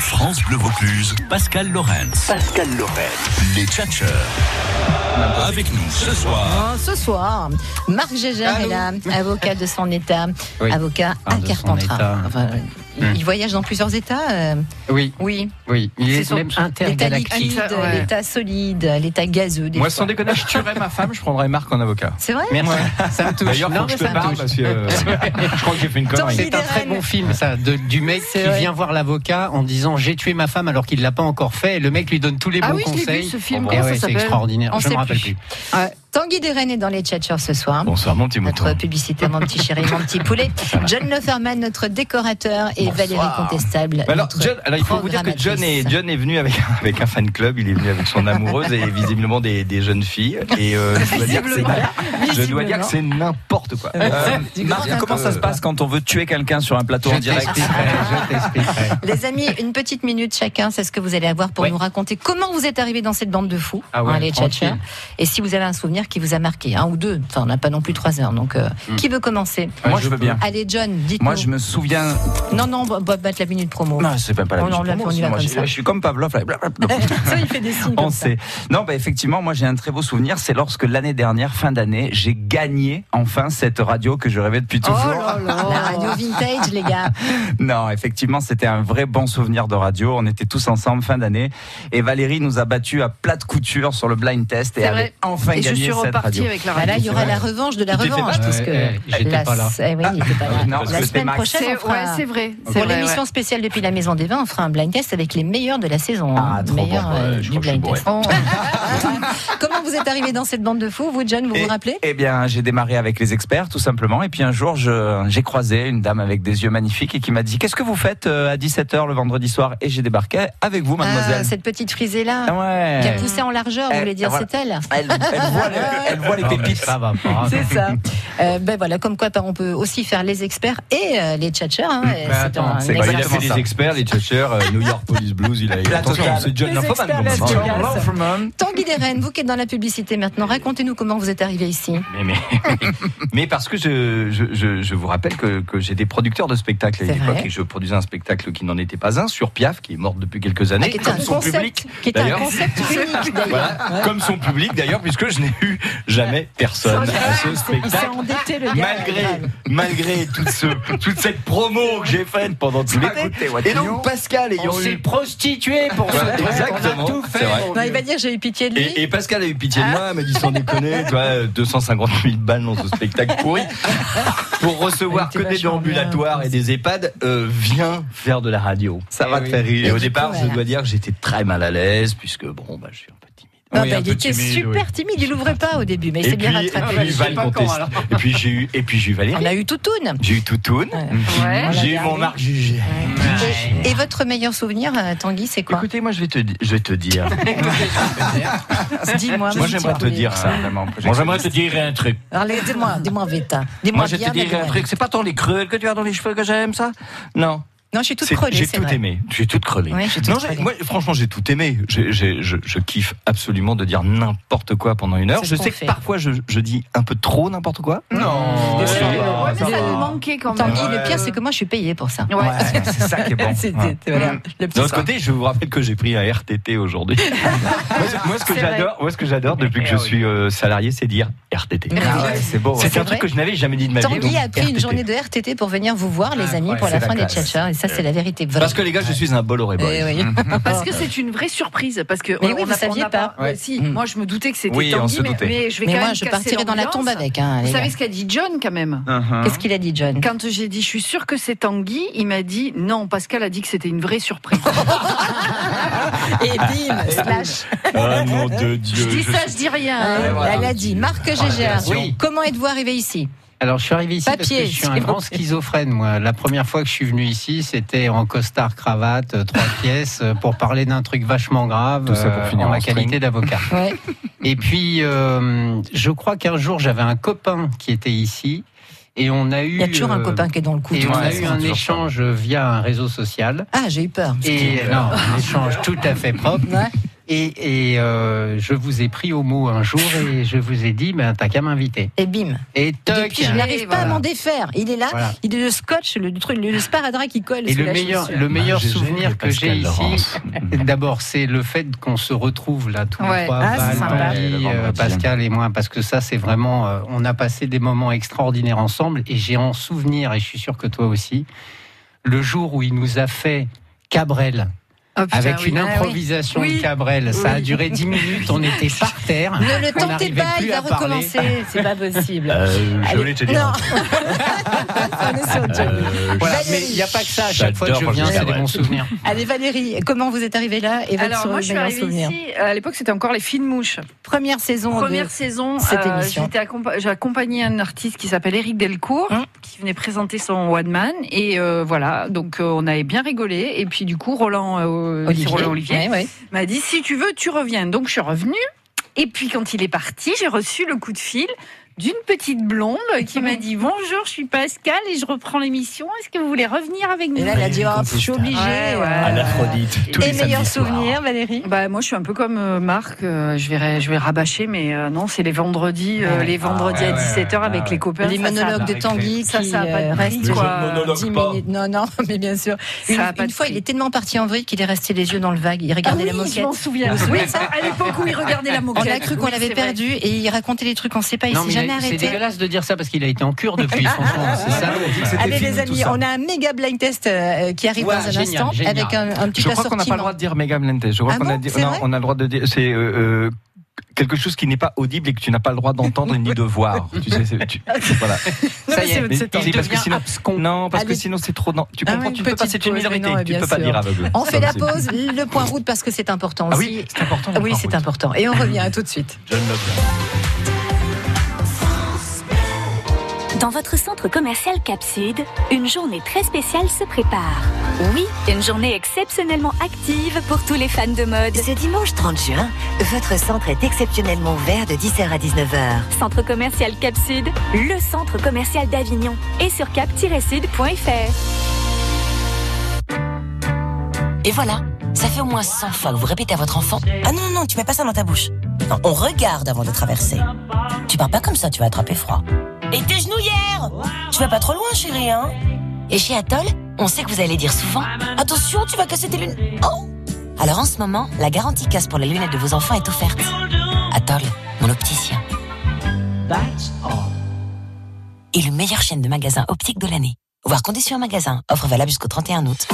Speaker 1: France Bleu Vaucluse, Pascal Lorenz. Pascal Lorenz. Les Tchatcheurs. Avec nous ce soir.
Speaker 5: Ah.
Speaker 3: Oh, ce soir, Marc Gégère est là, avocat de son état,
Speaker 5: Oui.
Speaker 3: avocat
Speaker 5: Ah,
Speaker 3: à
Speaker 5: de son
Speaker 3: Carpentras.
Speaker 5: état.
Speaker 3: Enfin, il-
Speaker 5: Mm.
Speaker 3: Il voyage dans plusieurs états euh,
Speaker 5: Oui.
Speaker 3: Oui.
Speaker 5: Oui. Il est,
Speaker 3: son-
Speaker 5: même
Speaker 3: L'état
Speaker 5: intergalactique.
Speaker 3: liquide, l'état solide, l'état gazeux. des
Speaker 11: Moi,
Speaker 3: fois.
Speaker 11: sans déconner, je tuerais ma femme, je prendrais Marc en avocat.
Speaker 3: C'est vrai
Speaker 5: Merci. Ça me touche.
Speaker 11: D'ailleurs, faut
Speaker 5: Non,
Speaker 11: que je
Speaker 5: mais ça
Speaker 11: te
Speaker 5: me
Speaker 11: parle
Speaker 5: touche.
Speaker 11: parce que euh, je crois que j'ai fait une connerie.
Speaker 5: C'est un très bon film, ça, de- du mec qui
Speaker 11: vrai.
Speaker 5: vient voir l'avocat en disant j'ai tué ma femme alors qu'il l'a pas encore fait. Et le mec lui donne tous les
Speaker 6: Ah
Speaker 5: bons
Speaker 6: oui, je l'ai vu,
Speaker 5: conseils.
Speaker 6: ce film.
Speaker 5: Et
Speaker 6: Comment ça
Speaker 5: ouais, c'est
Speaker 6: s'appelle
Speaker 5: extraordinaire.
Speaker 6: On
Speaker 5: je me
Speaker 6: sait
Speaker 5: rappelle
Speaker 6: plus.
Speaker 5: plus.
Speaker 3: Tanguy Deren est dans les chatchers ce soir.
Speaker 4: Bonsoir, mon petit
Speaker 3: Notre publicitaire, mon petit chéri, mon petit poulet. John Leferman, notre décorateur, et Valérie Contestable.
Speaker 4: Bah Alors,
Speaker 3: notre
Speaker 4: John, alors, il faut vous dire que John est, John est venu avec, avec un fan club, il est venu avec son amoureuse et visiblement des, des jeunes filles. Et euh, je dois dire que
Speaker 11: Visiblement.
Speaker 4: c'est- je dois dire que c'est n'importe quoi.
Speaker 11: Euh,
Speaker 4: Euh,
Speaker 11: Marc, comment ça se passe quand on veut tuer quelqu'un sur un plateau en direct
Speaker 3: Les amis, une petite minute chacun, c'est ce que vous allez avoir pour nous raconter comment vous êtes arrivé dans cette bande de fous, hein,
Speaker 5: Ah ouais,
Speaker 3: les
Speaker 5: tranquille.
Speaker 3: tchatchers. Et si vous avez un souvenir qui vous a marqué, un ou deux, enfin on n'a pas non plus trois heures, donc euh,
Speaker 11: Hmm.
Speaker 3: qui veut commencer
Speaker 11: Ah, Moi, je je veux peux. bien.
Speaker 3: Allez John, dites-nous.
Speaker 11: Moi, je me souviens.
Speaker 3: Non, non, on va- on va battre la minute promo.
Speaker 11: Non, c'est même pas la
Speaker 3: On
Speaker 11: musique
Speaker 3: en l'a-
Speaker 11: pour
Speaker 3: on
Speaker 11: moi,
Speaker 3: y va
Speaker 11: sinon, moi,
Speaker 3: comme
Speaker 11: je-
Speaker 3: ça.
Speaker 11: Je suis comme Pavlov. là, blablabla.
Speaker 3: Ça, il fait des signes
Speaker 11: On
Speaker 3: comme ça.
Speaker 11: sait. Non, bah effectivement, moi j'ai un très beau souvenir. C'est lorsque l'année dernière, fin d'année, j'ai gagné enfin cette radio que je rêvais depuis
Speaker 3: Oh
Speaker 11: toujours.
Speaker 3: là là, la radio vintage, les gars.
Speaker 11: Non, effectivement, c'était un vrai bon souvenir de radio. On était tous ensemble fin d'année et Valérie nous a battus à plat de couture sur le blind test et
Speaker 6: C'est
Speaker 11: avait
Speaker 6: vrai.
Speaker 11: enfin
Speaker 6: Et je
Speaker 11: gagné
Speaker 6: suis
Speaker 11: cette
Speaker 6: repartie
Speaker 11: radio.
Speaker 6: avec la
Speaker 3: Voilà, Bah il y aura la revanche de la
Speaker 11: Tu t'es fait
Speaker 3: revanche.
Speaker 11: battre
Speaker 3: Parce que
Speaker 11: Ouais, j'étais
Speaker 3: la-
Speaker 11: pas là.
Speaker 3: eh oui, il était pas là.
Speaker 11: non, parce
Speaker 3: la
Speaker 11: que c'était
Speaker 3: semaine
Speaker 11: Max.
Speaker 3: prochaine, on
Speaker 6: C'est-
Speaker 3: fera-
Speaker 6: ouais, c'est vrai, c'est
Speaker 3: Pour
Speaker 6: vrai,
Speaker 3: l'émission
Speaker 6: ouais.
Speaker 3: spéciale depuis la Maison des Vins, on fera un blind test avec les meilleurs de la saison. hein.
Speaker 11: Ah, trop
Speaker 3: Meilleurs,
Speaker 11: bon, ouais,
Speaker 3: euh,
Speaker 11: je
Speaker 3: du
Speaker 11: crois que je suis
Speaker 3: blind test. Comment vous êtes arrivé dans cette bande de fous, vous, John, vous vous rappelez
Speaker 11: Eh bien, j'ai démarré avec les experts, tout simplement. Et puis un jour, je- j'ai croisé une dame avec des yeux magnifiques et qui m'a dit Qu'est-ce que vous faites euh, à 17h le vendredi soir Et j'ai débarqué avec vous, mademoiselle.
Speaker 3: Ah, cette petite frisée-là,
Speaker 11: Ah ouais.
Speaker 3: qui a poussé en largeur, vous
Speaker 11: Elle-
Speaker 3: voulez dire,
Speaker 11: voilà.
Speaker 3: c'est elle
Speaker 11: Elle, elle voit les, elle voit les pépites.
Speaker 3: C'est ça. Euh, ben voilà, comme quoi on peut aussi faire les experts et euh, les tchatchers. hein. Et c'est un- un
Speaker 4: Bah, il a
Speaker 11: exactement
Speaker 4: fait
Speaker 11: ça.
Speaker 4: des experts, les Cheshire, euh, New York Police Blues, il a
Speaker 11: La
Speaker 4: Attention,
Speaker 11: totale.
Speaker 4: c'est John hein.
Speaker 11: Les experts,
Speaker 4: Lafferman, quand même.
Speaker 11: let's go. John Lafferman.
Speaker 3: Tanguy Deren, vous qui êtes dans la publicité maintenant, racontez-nous comment vous êtes arrivé ici.
Speaker 4: Mais, mais- mais parce que je, je- je- je vous rappelle que, que j'étais producteur de spectacles à
Speaker 3: C'est
Speaker 4: l'époque
Speaker 3: vrai.
Speaker 4: et je produisais un spectacle qui n'en était pas un sur Piaf, qui est morte depuis quelques années.
Speaker 3: Ah, qui était
Speaker 4: comme
Speaker 3: un
Speaker 4: son
Speaker 3: concept-
Speaker 4: public.
Speaker 3: qui était un
Speaker 4: d'ailleurs.
Speaker 3: concept unique, d'ailleurs.
Speaker 4: Voilà,
Speaker 3: Ouais.
Speaker 4: Comme son public d'ailleurs, puisque je n'ai eu jamais personne à ce
Speaker 3: Il s'est
Speaker 4: spectacle.
Speaker 3: endetté le gars.
Speaker 4: Malgré, malgré toute, ce- toute cette promo que j'ai faite pendant tout l'été. Et donc Pascal ayant
Speaker 5: On s'est
Speaker 4: eu.
Speaker 5: prostitué pour ce
Speaker 4: Voilà,
Speaker 5: truc, on a
Speaker 4: exactement,
Speaker 5: tout fait,
Speaker 4: c'est vrai.
Speaker 5: mon
Speaker 3: Non, il va dire j'ai eu pitié de lui.
Speaker 4: Et, et Pascal a eu pitié de moi, elle m'a dit sans déconner, toi, 250 000 balles dans ce spectacle pourri. Pour recevoir que des ambulatoires et des EHPAD, euh, viens faire de la radio. Ça va te faire rire. Et au départ, je dois dire que j'étais très mal à l'aise, puisque bon, bah, je suis un peu timide.
Speaker 3: Non, bah, il était super timide, il ouvrait pas au début, mais il
Speaker 4: Et
Speaker 3: s'est bien
Speaker 4: puis, et
Speaker 3: rattrapé.
Speaker 4: puis, Val Contest- et puis j'ai eu, et puis j'ai eu
Speaker 3: On
Speaker 4: Valérie.
Speaker 3: a eu Toutoune.
Speaker 4: J'ai eu Toutoun.
Speaker 3: Ouais.
Speaker 4: J'ai eu
Speaker 3: On l'a
Speaker 4: mon
Speaker 3: gardé.
Speaker 4: Marc Jugé.
Speaker 3: Et votre meilleur souvenir, euh, Tanguy, c'est quoi
Speaker 4: Écoutez, moi, je vais te, di- je vais te dire.
Speaker 3: Dis-moi.
Speaker 4: Moi,
Speaker 3: mon
Speaker 4: j'aimerais
Speaker 3: petit
Speaker 4: te
Speaker 3: poulet.
Speaker 4: dire ça, vraiment.
Speaker 11: Moi, j'aimerais
Speaker 4: te dire un truc.
Speaker 3: Allez, dis-moi, dis-moi Veta. Dis-moi
Speaker 4: Moi, je
Speaker 3: bien,
Speaker 4: te dirais un
Speaker 3: dis-moi.
Speaker 4: truc. C'est pas tant les creux que tu as dans les cheveux que j'aime, ça Non.
Speaker 3: Non, je suis toute
Speaker 4: C'est-
Speaker 3: crelée,
Speaker 4: J'ai
Speaker 3: c'est
Speaker 4: tout
Speaker 3: vrai.
Speaker 4: aimé. J'ai tout crelé.
Speaker 3: Ouais, j'ai tout
Speaker 4: Non, j'ai-
Speaker 3: crelé.
Speaker 4: moi, franchement, j'ai tout aimé. J'ai- j'ai- je, je kiffe absolument de dire n'importe quoi pendant une heure.
Speaker 3: C'est ce
Speaker 4: Je
Speaker 3: qu'on
Speaker 4: sais
Speaker 3: fait.
Speaker 4: que parfois, je, je dis un peu trop n'importe quoi. Non.
Speaker 3: Ouais,
Speaker 6: Ouais, mais
Speaker 3: ça
Speaker 6: ça
Speaker 3: va.
Speaker 6: nous manquait quand même.
Speaker 3: Tanguy, le pire, c'est que moi, je suis payée pour ça.
Speaker 11: c'est ça qui est bon.
Speaker 3: C'est- c'est- voilà, le petit
Speaker 4: D'un autre
Speaker 3: soin.
Speaker 4: côté, je vous rappelle que j'ai pris un RTT aujourd'hui. moi, ce- moi, ce que
Speaker 3: C'est vrai.
Speaker 4: j'adore, moi, ce que j'adore depuis que je suis euh, salarié, c'est dire RTT.
Speaker 11: Ah ouais, c'est beau. ouais.
Speaker 4: C'est un truc que je n'avais jamais dit de ma vie.
Speaker 3: Tanguy
Speaker 4: donc
Speaker 3: a pris une
Speaker 4: RTT.
Speaker 3: journée de RTT pour venir vous voir, les amis, pour la
Speaker 4: c'est
Speaker 3: fin
Speaker 4: la
Speaker 3: des tchatchers. Et ça, c'est la vérité. vraie.
Speaker 4: Parce que les gars, je suis un Bolloré boy.
Speaker 3: Eh oui.
Speaker 6: Parce que c'est une vraie surprise. Parce que
Speaker 3: Mais oui,
Speaker 6: on
Speaker 3: vous
Speaker 6: a-
Speaker 3: saviez
Speaker 6: on a
Speaker 3: pas. Mm.
Speaker 6: Ouais, Si, moi je me doutais que c'était
Speaker 4: Oui, on
Speaker 6: Tanguy,
Speaker 4: se
Speaker 6: mais,
Speaker 4: doutait.
Speaker 6: mais je vais
Speaker 3: Mais
Speaker 6: quand
Speaker 3: moi,
Speaker 6: même
Speaker 3: je
Speaker 6: casser
Speaker 3: partirai dans la
Speaker 6: l'ambiance.
Speaker 3: tombe avec, hein, les
Speaker 6: Vous savez
Speaker 3: gars.
Speaker 6: ce qu'a dit John quand même
Speaker 3: Qu'est-ce qu'il a dit, John
Speaker 6: Quand j'ai dit je suis sûre que c'est Tanguy, il m'a dit non, Pascal a dit que c'était une vraie surprise.
Speaker 3: Et bim, slash.
Speaker 4: Ah, nom de
Speaker 6: je
Speaker 4: Dieu.
Speaker 6: dis
Speaker 4: je
Speaker 6: ça, je dis rien. hein.
Speaker 3: Euh, Elle a dit, Marc Gégère,
Speaker 5: Oui.
Speaker 3: comment êtes-vous arrivé ici
Speaker 5: Alors, je suis arrivé ici parce
Speaker 3: Papier,
Speaker 5: que je suis
Speaker 3: s'il
Speaker 5: un
Speaker 3: vous
Speaker 5: grand
Speaker 3: plaît.
Speaker 5: schizophrène, moi. La première fois que je suis venu ici, c'était en costard, cravate, euh, trois pièces, euh, pour parler d'un truc vachement grave,
Speaker 11: Tout ça pour
Speaker 5: euh,
Speaker 11: finir
Speaker 5: en
Speaker 11: en
Speaker 5: ma
Speaker 11: string.
Speaker 5: qualité d'avocat.
Speaker 3: Ouais.
Speaker 5: Et puis, euh, je crois qu'un jour, j'avais un copain qui était ici. Et on a eu.
Speaker 3: Il y a toujours un
Speaker 5: euh,
Speaker 3: copain qui est dans le coup.
Speaker 5: Et
Speaker 3: de
Speaker 5: on
Speaker 3: toute
Speaker 5: a
Speaker 3: façon.
Speaker 5: eu un échange via un réseau social.
Speaker 3: Ah, j'ai eu peur.
Speaker 5: Et non, un échange tout à fait propre. Et, et, euh, je vous ai pris au mot un jour et je vous ai dit, ben t'as qu'à m'inviter.
Speaker 3: Et bim.
Speaker 5: Et toc.
Speaker 3: Depuis, je n'arrive pas à m'en défaire. Il est là,
Speaker 5: Voilà.
Speaker 3: il est le scotch, le truc, le sparadrap qui colle.
Speaker 5: Et
Speaker 3: sous
Speaker 5: le
Speaker 3: la
Speaker 5: meilleur,
Speaker 3: chaussure.
Speaker 5: le meilleur
Speaker 4: GG
Speaker 5: souvenir
Speaker 4: de
Speaker 5: que Bah, j'ai
Speaker 4: Pascal
Speaker 5: ici,
Speaker 4: Laurence.
Speaker 5: d'abord, c'est le fait qu'on se retrouve là tous
Speaker 4: Ouais.
Speaker 5: les trois,
Speaker 4: Ah, c'est
Speaker 5: Val,
Speaker 4: sympa.
Speaker 5: Tanguy,
Speaker 4: Ouais, le
Speaker 5: euh,
Speaker 4: vendredi.
Speaker 5: Pascal et moi, parce que ça, c'est vraiment, euh, on a passé des moments extraordinaires ensemble, et j'ai en souvenir, et je suis sûr que toi aussi, le jour où il nous a fait Cabrel.
Speaker 3: Oh,
Speaker 4: Ah, putain,
Speaker 5: avec
Speaker 4: oui.
Speaker 5: une
Speaker 4: Ah, oui.
Speaker 5: improvisation
Speaker 4: Oui.
Speaker 5: de Cabrel, ça a
Speaker 4: Oui.
Speaker 5: duré 10 minutes, on était par terre.
Speaker 3: Ne le
Speaker 5: on
Speaker 3: tentez
Speaker 5: n'arrivait
Speaker 3: pas,
Speaker 5: plus
Speaker 3: il va
Speaker 5: à parler.
Speaker 3: recommencer. C'est pas possible.
Speaker 5: Euh, je
Speaker 3: Allez.
Speaker 5: voulais te dire.
Speaker 3: Non. On est sur Johnny.
Speaker 5: Voilà,
Speaker 3: Valérie.
Speaker 5: mais il n'y a pas que ça, à chaque fois que je
Speaker 4: J'adore
Speaker 5: viens, c'est des
Speaker 4: Cabrel.
Speaker 5: bons souvenirs.
Speaker 3: Allez Valérie, comment vous êtes arrivée là et votre
Speaker 6: Alors
Speaker 3: sou-
Speaker 6: moi je suis
Speaker 3: meilleur
Speaker 6: arrivée
Speaker 3: souvenir
Speaker 6: ici, euh, à l'époque c'était encore les films mouches.
Speaker 3: Première saison
Speaker 6: Première
Speaker 3: de
Speaker 6: saison,
Speaker 3: cette
Speaker 6: euh,
Speaker 3: émission.
Speaker 6: j'étais accompa- j'ai accompagné un artiste qui s'appelle Eric Delcourt,
Speaker 3: Hein
Speaker 6: qui venait présenter son One Man. Et euh, voilà, donc euh, on avait bien rigolé. Et puis du coup, Roland euh,
Speaker 3: Olivier.
Speaker 6: c'est Roland Olivier
Speaker 3: Ouais, ouais.
Speaker 6: m'a dit, si tu veux, tu reviens. Donc je suis revenue. Et puis quand il est parti, j'ai reçu le coup de fil d'une petite blonde qui m'a dit bonjour, je suis Pascal et je reprends l'émission. Est-ce que vous voulez revenir avec nous
Speaker 3: Et là, elle a dit, oh, je suis obligée.
Speaker 6: Ouais, ouais.
Speaker 3: À
Speaker 4: l'Aphrodite.
Speaker 3: Et meilleur souvenir, Valérie
Speaker 6: bah, Moi, je suis un peu comme euh, Marc. euh, je, vais, je vais rabâcher, mais euh, non, c'est les vendredis, euh, les vendredis
Speaker 3: Ah ouais,
Speaker 6: à
Speaker 3: ouais,
Speaker 6: 17h avec les copains.
Speaker 3: Eh ben, Les
Speaker 6: Ça, ça a
Speaker 3: monologues
Speaker 6: pas
Speaker 3: de Tanguy
Speaker 6: Ça,
Speaker 3: qui
Speaker 6: ça a pas de
Speaker 3: euh,
Speaker 6: prix,
Speaker 3: restent
Speaker 6: quoi.
Speaker 3: quoi,
Speaker 6: Je ne monologue
Speaker 3: 10
Speaker 6: pas.
Speaker 3: minutes. Non, non, mais bien sûr. Une,
Speaker 6: a pas
Speaker 3: une
Speaker 6: de
Speaker 3: fois, il est tellement parti en vrille qu'il est resté les yeux dans le vague. Il regardait
Speaker 6: Ah oui,
Speaker 3: la moquette.
Speaker 6: je m'en souviens.
Speaker 3: Vous vous souvenez
Speaker 6: Oui,
Speaker 3: de ça
Speaker 6: à l'époque où il regardait la moquette.
Speaker 3: On a cru qu'on
Speaker 6: Oui,
Speaker 3: l'avait
Speaker 6: c'est vrai.
Speaker 3: perdu et il racontait les trucs, on ne sait pas, il
Speaker 5: Non,
Speaker 3: s'est
Speaker 5: mais
Speaker 3: jamais
Speaker 5: a- C'est
Speaker 3: arrêté.
Speaker 5: dégueulasse de dire ça parce qu'il a été en cure depuis, franchement.
Speaker 11: Ah.
Speaker 5: C'est ça.
Speaker 3: Allez les amis, on a un méga blind test euh, qui arrive
Speaker 11: Ouais,
Speaker 3: dans un
Speaker 11: génial,
Speaker 3: instant
Speaker 11: génial.
Speaker 3: avec un, un petit
Speaker 11: Je crois qu'on n'a
Speaker 3: assortiment.
Speaker 11: pas le droit de dire méga blindé. Je crois
Speaker 3: Ah
Speaker 11: qu'on a
Speaker 3: bon,
Speaker 11: dit-
Speaker 3: c'est
Speaker 11: non,
Speaker 3: vrai
Speaker 11: on a le droit de dire c'est euh, euh, quelque chose qui n'est pas audible et que tu n'as pas le droit d'entendre ni de voir. Tu sais, c'est- tu- voilà.
Speaker 3: mais c'est-
Speaker 11: Mais-
Speaker 3: c'est-
Speaker 11: parce
Speaker 3: il
Speaker 11: que
Speaker 3: devient
Speaker 11: sinon- non, parce
Speaker 3: Allez.
Speaker 11: que sinon c'est trop. non, tu
Speaker 3: Ah
Speaker 11: comprends,
Speaker 3: oui,
Speaker 11: tu ne peux pas.
Speaker 3: petite
Speaker 11: C'est une
Speaker 3: pause, mais
Speaker 11: minorité.
Speaker 3: non,
Speaker 11: tu
Speaker 3: bien
Speaker 11: ne peux pas
Speaker 3: sûr.
Speaker 11: dire aveugle.
Speaker 3: On
Speaker 11: Ça,
Speaker 3: fait la
Speaker 11: c'est-
Speaker 3: pause, le point route parce que c'est important
Speaker 11: Ah
Speaker 3: aussi.
Speaker 11: oui, c'est important.
Speaker 3: Oui, c'est important. Et on revient à tout de suite.
Speaker 16: Dans votre centre commercial Cap Sud, une journée très spéciale se prépare. Oui, une journée exceptionnellement active pour tous les fans de mode. Ce dimanche
Speaker 13: 30 juin, votre centre est exceptionnellement ouvert de 10h à 19h.
Speaker 16: Centre commercial Cap Sud, le centre commercial d'Avignon et sur cap-sud.fr.
Speaker 13: Et voilà, ça fait au moins 100 fois que vous répétez à votre enfant Ah non, non, non, tu mets pas ça dans ta bouche. Non, on regarde avant de traverser. Tu pars pas comme ça, tu vas attraper froid. Et tes genouillères Tu vas pas trop loin, chérie, hein Et chez Atoll, on sait que vous allez dire souvent Attention, tu vas casser tes lunes. Oh Alors en ce moment, la garantie casse pour les lunettes de vos enfants est offerte. Atoll, mon opticien. Et le meilleur chaîne de magasins optiques de l'année. Voir conditions en magasin. Offre valable jusqu'au 31 août.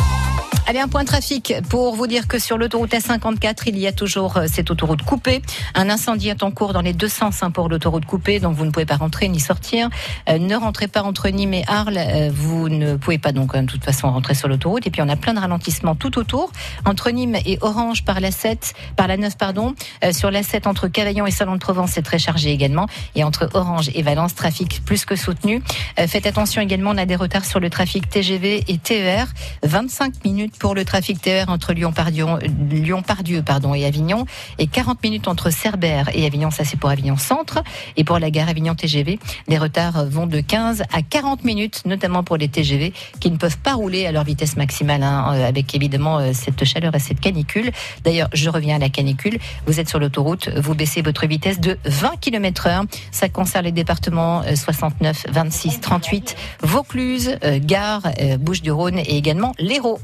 Speaker 3: Allez, un point trafic pour vous dire que sur l'autoroute A54, il y a toujours euh, cette autoroute coupée. Un incendie est en cours dans les deux sens hein, pour l'autoroute coupée, donc vous ne pouvez pas rentrer ni sortir. Euh, ne rentrez pas entre Nîmes et Arles, euh, vous ne pouvez pas donc hein, de toute façon rentrer sur l'autoroute. Et puis on a plein de ralentissements tout autour, entre Nîmes et Orange par la 7, par la 9, pardon. Euh, sur la 7, entre Cavaillon et Salon-de-Provence, c'est très chargé également. Et entre Orange et Valence, trafic plus que soutenu. Euh, faites attention également, on a des retards sur le trafic TGV et TER. 25 minutes pour le trafic TER entre Lyon-Pardieu Lyon -Pardieu, pardon, et Avignon. Et 40 minutes entre Cerbère et Avignon, ça c'est pour Avignon Centre. Et pour la gare Avignon TGV, les retards vont de 15 à 40 minutes, notamment pour les TGV qui ne peuvent pas rouler à leur vitesse maximale, hein, euh, avec évidemment euh, cette chaleur et cette canicule. D'ailleurs, je reviens à la canicule. Vous êtes sur l'autoroute, vous baissez votre vitesse de 20 km heure. Ça concerne les départements euh, 69, 26, 38, Vaucluse, euh, Gare, euh, Bouches-du-Rhône et également l'Hérault.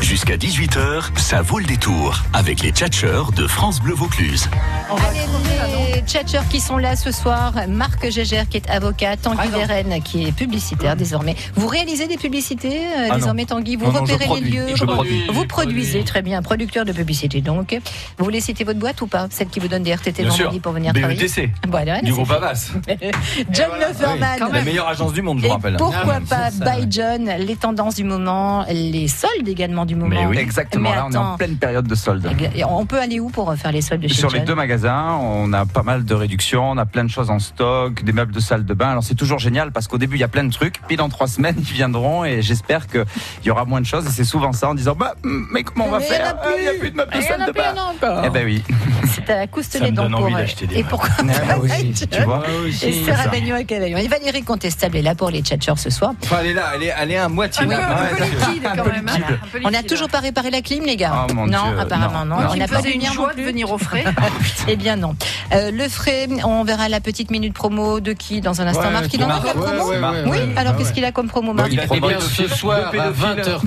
Speaker 1: Jusqu'à 18h, ça vaut le détour avec les tchatcheurs de France Bleu Vaucluse.
Speaker 3: Allez, les tchatcheurs qui sont là ce soir, Marc Gégère qui est avocat, Tanguy
Speaker 11: Ah
Speaker 3: Vérenne qui est publicitaire désormais. Vous réalisez des publicités euh,
Speaker 11: Euh. Ah non.
Speaker 3: désormais, Tanguy Vous
Speaker 11: Non, non, je
Speaker 3: repérez les
Speaker 11: produis,
Speaker 3: lieux
Speaker 11: je produis,
Speaker 3: Vous
Speaker 11: je
Speaker 3: produisez, très bien, producteur de publicité donc. Vous voulez citer votre boîte ou pas Celle qui vous donne des RTT
Speaker 9: Bien
Speaker 3: vendredi
Speaker 9: sûr.
Speaker 3: pour venir
Speaker 11: E
Speaker 3: travailler
Speaker 9: BETC.
Speaker 3: Voilà,
Speaker 9: Du
Speaker 3: c'est
Speaker 9: groupe
Speaker 3: fait.
Speaker 9: Avas.
Speaker 3: John
Speaker 9: Oui,
Speaker 3: Loferman.
Speaker 9: La meilleure agence du monde, je vous rappelle.
Speaker 11: hein. Ah,
Speaker 3: Pourquoi pas By John, les tendances du moment, les soldes également du moment.
Speaker 11: Mais oui, exactement.
Speaker 3: Mais
Speaker 11: Là, on est en
Speaker 3: attends, Eh
Speaker 11: pleine période de soldes.
Speaker 3: on peut aller où pour faire les soldes de chez
Speaker 11: Sur les
Speaker 3: John
Speaker 11: deux magasin, on a pas mal de réductions, on a plein de choses en stock, des meubles de salle de bain. Alors c'est toujours génial parce qu'au début il y a plein de trucs, puis dans trois semaines ils viendront et j'espère qu'il y aura moins de choses. Et c'est souvent ça en disant bah mais comment on va
Speaker 3: Mais il y en a
Speaker 11: faire Ah, Il n'y a plus de meubles de
Speaker 3: Il y en
Speaker 11: salle
Speaker 3: a Ah
Speaker 11: de
Speaker 3: plus,
Speaker 11: bain.
Speaker 3: il y en a encore.
Speaker 11: Eh ben oui.
Speaker 3: C'est à Coustelet
Speaker 11: me
Speaker 3: donc
Speaker 11: donne
Speaker 3: pour
Speaker 11: envie
Speaker 3: euh,
Speaker 11: d'acheter des
Speaker 3: et
Speaker 11: vrais.
Speaker 3: pourquoi
Speaker 11: Ah oui, tu vois.
Speaker 3: Et
Speaker 11: C'est
Speaker 3: Sarah
Speaker 11: ça.
Speaker 3: Bagnon à Cavaillon. Et Valérie Contestable est là pour les tchatcheurs ce soir.
Speaker 9: Enfin, elle est là, elle est, elle est à moitié.
Speaker 3: Ah Oui,
Speaker 9: là.
Speaker 3: un peu
Speaker 9: Ouais,
Speaker 3: liquide,
Speaker 9: un
Speaker 3: quand
Speaker 9: peu
Speaker 3: même, hein.
Speaker 9: liquide.
Speaker 3: On n'a toujours pas réparé la clim, les gars.
Speaker 9: Oh, mon
Speaker 3: non,
Speaker 9: Dieu,
Speaker 3: apparemment non.
Speaker 9: non, non.
Speaker 3: On
Speaker 9: Il
Speaker 3: n'a pas
Speaker 6: faisait une joie de venir au frais.
Speaker 3: eh bien non. Euh, le frais, on verra la petite minute promo de qui dans Ah, un instant.
Speaker 17: Ouais,
Speaker 3: Marc, il en a
Speaker 17: Marc.
Speaker 3: de la
Speaker 17: Ouais,
Speaker 3: promo
Speaker 17: ouais, ouais,
Speaker 3: Oui,
Speaker 17: ouais,
Speaker 3: alors
Speaker 17: ouais,
Speaker 3: qu'est-ce
Speaker 17: ouais.
Speaker 3: qu'il a comme promo,
Speaker 17: Bon,
Speaker 3: Marc
Speaker 17: il a des biens ce soir à 20h30.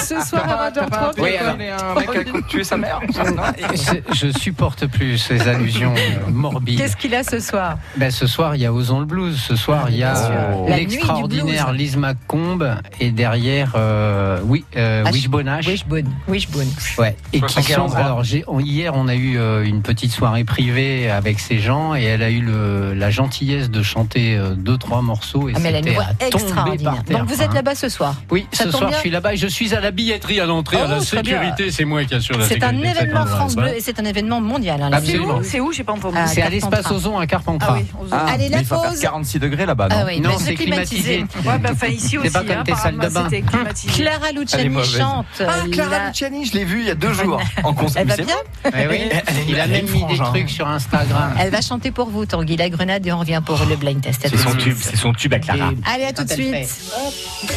Speaker 3: Ce soir à 20h30.
Speaker 11: Oui, alors, un
Speaker 3: Oh,
Speaker 11: mec a tué sa mère.
Speaker 5: Je- Je supporte plus ces allusions euh, morbides.
Speaker 3: Qu'est-ce qu'il a ce soir
Speaker 5: Ben, ce soir, il y a Osons le blues. Ce soir, il y a euh,
Speaker 3: La nuit du
Speaker 5: l'extraordinaire
Speaker 3: blues.
Speaker 5: Lise McCombe et derrière, euh, oui,
Speaker 8: Ah,
Speaker 5: euh,
Speaker 3: H-
Speaker 5: Wishbone Ash.
Speaker 3: Wishbone. Wishbone.
Speaker 5: Ouais. Et qui
Speaker 3: 75
Speaker 5: sont-
Speaker 3: endroits.
Speaker 5: alors j'ai- on- hier on a eu euh, une petite soirée privée avec ces gens et elle a eu le- la gentillesse de chanter euh, deux trois morceaux et
Speaker 3: Ah, mais elle a
Speaker 5: c'était
Speaker 3: une voix
Speaker 5: à tomber
Speaker 3: extraordinaire.
Speaker 5: par terre,
Speaker 3: Donc vous
Speaker 5: quoi,
Speaker 3: êtes
Speaker 5: hein.
Speaker 3: là-bas ce soir
Speaker 5: Oui,
Speaker 3: Ça
Speaker 5: ce
Speaker 3: tombe
Speaker 5: soir
Speaker 3: bien.
Speaker 5: je suis là-bas et je suis à la billetterie à l'entrée, à
Speaker 3: Oh,
Speaker 5: la
Speaker 3: très bien.
Speaker 5: sécurité, c'est moi qui assure la
Speaker 3: C'est un
Speaker 5: sécurité. de cet
Speaker 3: événement
Speaker 5: endroit.
Speaker 3: France
Speaker 5: Voilà.
Speaker 3: Bleu et c'est un événement mondial. hein, là.
Speaker 5: Absolument.
Speaker 6: C'est où J'ai pas entendu.
Speaker 3: Ah,
Speaker 5: C'est à
Speaker 3: Carpentras. Ah
Speaker 5: l'espace Ozon à Carpentras.
Speaker 9: Ah.
Speaker 3: Allez, la
Speaker 11: Mais il faut faire
Speaker 3: pause.
Speaker 11: 46 degrés là-bas.
Speaker 3: Ah
Speaker 11: non
Speaker 3: oui, mais c'est climatisé.
Speaker 6: Ouais, bah, enfin, ici
Speaker 11: C'est
Speaker 6: aussi.
Speaker 11: pas comme
Speaker 6: hein,
Speaker 11: tes salles de
Speaker 6: apparemment,
Speaker 11: bain.
Speaker 6: c'était climatisé.
Speaker 3: Clara
Speaker 11: Elle est
Speaker 3: Luciani
Speaker 11: mauvaise.
Speaker 3: chante.
Speaker 11: Ah, Clara
Speaker 9: Luciani, je l'ai vue il y a deux jours en concert.
Speaker 3: Elle va
Speaker 9: C'est
Speaker 3: bah, bien
Speaker 5: Eh oui, Il a même mis des
Speaker 9: hein.
Speaker 5: trucs sur Instagram.
Speaker 3: Elle va chanter pour vous, Tanguy La Grenade, et on revient pour le blind test. À tout de suite.
Speaker 9: c'est son tube à Clara.
Speaker 3: Allez, à tout de
Speaker 9: Quand elle
Speaker 3: suite. Hop.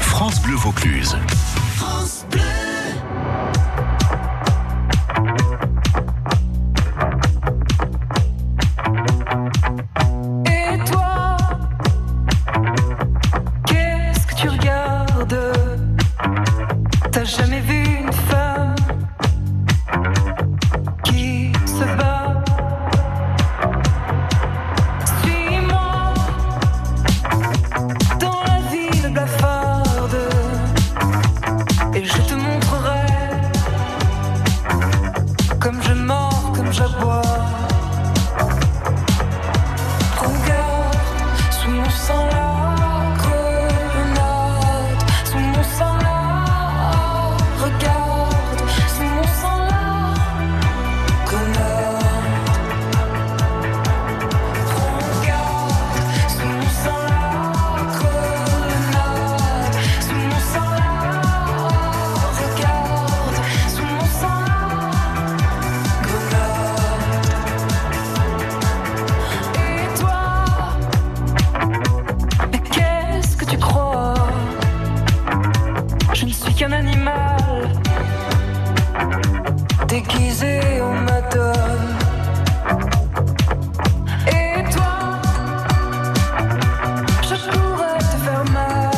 Speaker 1: France Bleu Vaucluse.
Speaker 8: Et toi, qu'est-ce que tu regardes T'as jamais vu une femme qui se bat Suis-moi dans la ville blafarde et je te montrerai comme je mords, comme j'aboie. Regarde sous mon sang la grenade, sous mon sang la regarde, sous mon sang la grenade. Regarde sous mon sang la grenade, sous mon sang la regarde, sous mon sang la grenade. Et toi, mais qu'est-ce que tu crois Je ne suis qu'un animal déguisé en madone. Et toi, je pourrais te faire mal,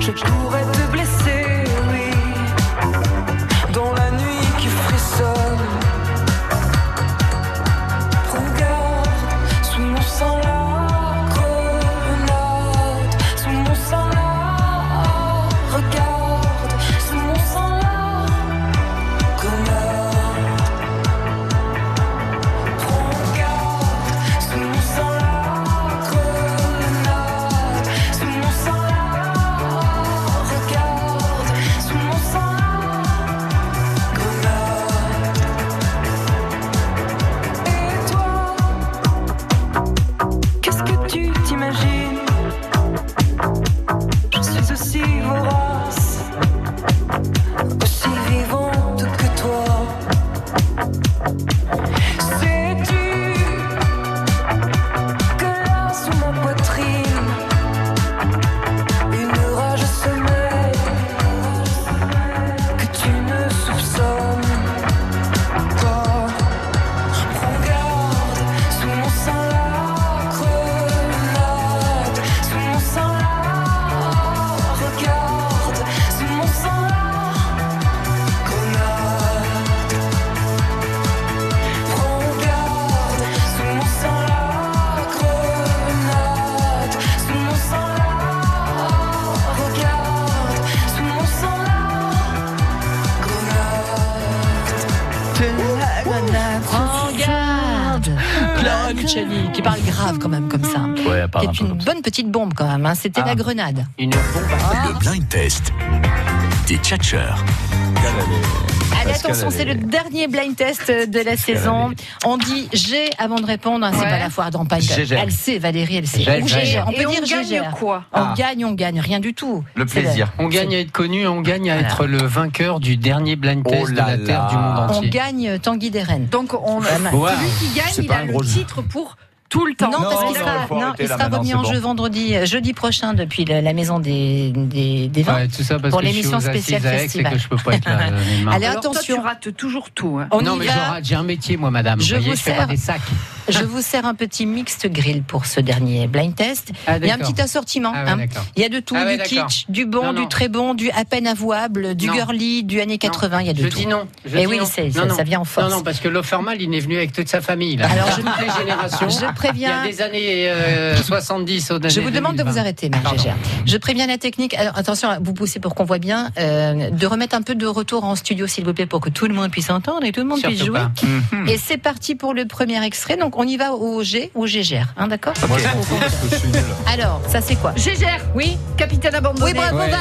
Speaker 8: je pourrais te blesser, oui, dans la nuit qui frissonne. Regarde sous mon sang la grenade, sous mon sang la regarde, sous mon sang la grenade. Regarde sous mon sang la grenade, sous mon sang la regarde, sous mon sang la grenade. Et toi, qu'est-ce que tu t'imagines Je suis aussi vorace, aussi vivante que toi. Sais-tu que là, sous ma poitrine, une rage sommeille que tu ne soupçonnes pas Regarde sous mon sang la grenade, sous mon sang la regarde, sous mon sang la grenade. Regarde sous mon sang la grenade, sous mon sang la regarde, sous mon sang la grenade.
Speaker 3: Prends garde. Clara Luciani, qui parle grave quand même comme ça.
Speaker 4: Ouais,
Speaker 3: Qui est une bonne petite bombe quand même. hein. C'était la grenade.
Speaker 1: Le blind test des tchatcheurs.
Speaker 3: Allez, attention, c'est le dernier blind test de la saison. On dit G avant de répondre, hein, c'est pas la foire d'empagne.
Speaker 11: Gégère.
Speaker 3: Elle sait, Valérie, elle sait.
Speaker 5: Gégère.
Speaker 3: Ou Gégère. On peut
Speaker 6: Et on
Speaker 3: dire
Speaker 6: gagne
Speaker 3: Gégère.
Speaker 6: quoi
Speaker 3: On gagne, on gagne, rien du tout. C'est
Speaker 5: On gagne à être connu, on gagne à être le vainqueur du dernier blind test
Speaker 9: Oh
Speaker 5: de la Terre du monde
Speaker 3: On
Speaker 5: entier.
Speaker 3: gagne Tanguy Deren.
Speaker 6: Donc on
Speaker 5: Wow.
Speaker 6: celui qui gagne,
Speaker 5: C'est
Speaker 6: il
Speaker 5: pas
Speaker 6: a
Speaker 5: un
Speaker 6: le
Speaker 5: gros jeu.
Speaker 6: titre pour tout le temps.
Speaker 3: Non, parce qu'il sera, non, il sera remis en jeu vendredi, euh, jeudi prochain depuis le- la maison des, des, des vins.
Speaker 5: Ouais, tout ça parce
Speaker 3: pour
Speaker 5: que je suis
Speaker 3: l'émission
Speaker 5: aux assises
Speaker 3: spéciale
Speaker 5: à Aix et
Speaker 3: festival.
Speaker 5: que je peux pas être là. euh, les mains.
Speaker 3: Allez, attention.
Speaker 6: rates toujours tout. hein.
Speaker 3: On
Speaker 5: non,
Speaker 3: y
Speaker 5: mais
Speaker 3: va.
Speaker 5: je rate, j'ai un métier, moi, madame.
Speaker 3: Je
Speaker 5: vous voyez,
Speaker 3: vous
Speaker 5: je fais pas
Speaker 3: sers.
Speaker 5: des sacs.
Speaker 3: Je vous sers un petit mixte grill pour ce dernier blind test.
Speaker 5: Ah,
Speaker 3: Il y a un
Speaker 5: d'accord.
Speaker 3: petit assortiment.
Speaker 5: Ah ouais,
Speaker 3: hein.
Speaker 5: d'accord.
Speaker 3: Il y a de tout,
Speaker 5: Ah ouais,
Speaker 3: du
Speaker 5: d'accord.
Speaker 3: kitsch, du bon,
Speaker 5: Non,
Speaker 3: du
Speaker 5: non.
Speaker 3: très bon, du à peine avouable, du
Speaker 5: Non.
Speaker 3: girly, du années 80. Il y a de
Speaker 5: je
Speaker 3: tout.
Speaker 5: dis non. Je
Speaker 3: Et
Speaker 5: dis
Speaker 3: oui,
Speaker 5: non.
Speaker 3: c'est-
Speaker 5: Non,
Speaker 3: ça,
Speaker 5: non.
Speaker 3: ça vient en force.
Speaker 5: Non, non, parce que l'Offermal, il est venu avec toute sa famille. Là.
Speaker 3: Alors, je-
Speaker 5: toutes les générations.
Speaker 3: je préviens-
Speaker 5: Il y a des années euh, 70 aux années
Speaker 3: Je vous demande de vous
Speaker 5: 2020.
Speaker 3: arrêter, Marc Gégère. Je préviens la technique. Alors, attention, vous poussez pour qu'on voit bien. euh, de remettre un peu de retour en studio, s'il vous plaît, pour que tout le monde puisse entendre et tout le monde puisse
Speaker 5: Surtout
Speaker 3: jouer.
Speaker 5: pas.
Speaker 11: Mmh.
Speaker 3: Et c'est parti pour le premier extrait. Donc, on y va au G ou Gégère. Hein, D'accord Alors, ça c'est quoi
Speaker 6: Gégère
Speaker 3: Oui
Speaker 6: Capitaine abandonné
Speaker 3: Oui, bravo,
Speaker 6: Ouais.
Speaker 3: Val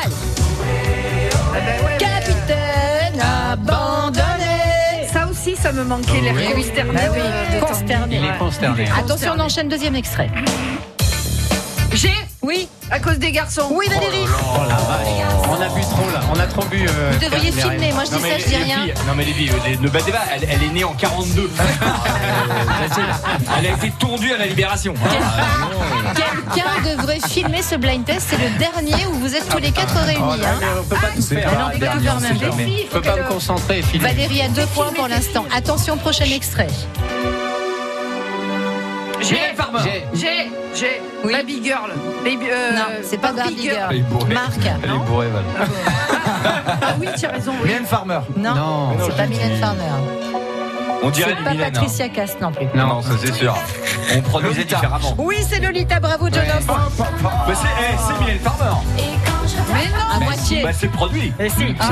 Speaker 3: Capitaine abandonné
Speaker 6: Ça aussi, ça me manquait, l'air
Speaker 3: Oui.
Speaker 6: consterné.
Speaker 3: Bah oui,
Speaker 6: de- de
Speaker 3: consterné.
Speaker 6: Tanguy.
Speaker 5: Il est consterné.
Speaker 3: Attention, on enchaîne deuxième extrait.
Speaker 6: J'ai
Speaker 3: Oui
Speaker 6: À cause des garçons
Speaker 3: Oui, Valérie
Speaker 5: Oh la vache. On a bu trop, là. On a trop bu. euh,
Speaker 3: Vous devriez
Speaker 5: Pierre
Speaker 3: filmer,
Speaker 5: Béret.
Speaker 3: moi je dis
Speaker 9: mais
Speaker 3: ça, je dis
Speaker 9: les
Speaker 3: rien.
Speaker 9: filles- non mais les filles, euh, les- ne battez pas, elle, elle est née en 42. elle a été tondue à la libération.
Speaker 3: Quelqu'un devrait filmer ce blind test, c'est le dernier où vous êtes tous les quatre réunis. hein.
Speaker 5: Oh On peut pas tout faire.
Speaker 3: non, on peut pas tout faire,
Speaker 5: c'est
Speaker 3: même.
Speaker 5: fermé. Je peux pas me concentrer et filmer.
Speaker 3: Valérie a deux points pour l'instant. Attention, prochain extrait.
Speaker 6: J'ai
Speaker 5: J'ai.
Speaker 6: J'ai J'ai Baby Girl Baby, euh,
Speaker 3: Non, c'est pas Barbie Girl.
Speaker 11: Elle est bourrée.
Speaker 3: Marc.
Speaker 11: Elle est bourrée, Val.
Speaker 6: Ah oui, tu as raison, oui.
Speaker 11: Mylène Farmer.
Speaker 3: Non,
Speaker 11: Non,
Speaker 3: c'est
Speaker 11: je
Speaker 3: pas
Speaker 11: dis-
Speaker 3: Mylène Farmer.
Speaker 11: On
Speaker 3: C'est
Speaker 11: dirait
Speaker 3: pas
Speaker 11: Mylène, hein.
Speaker 3: Patricia Cass non plus.
Speaker 11: Non, non, ça c'est sûr. On produisait différemment.
Speaker 3: Oui, c'est Lolita, bravo Jonas.
Speaker 4: oh.
Speaker 9: Bah, c'est eh, c'est Mylène Farmer.
Speaker 3: Mais non, à moitié. Eh,
Speaker 9: Bah, c'est produit.
Speaker 3: si. Ah,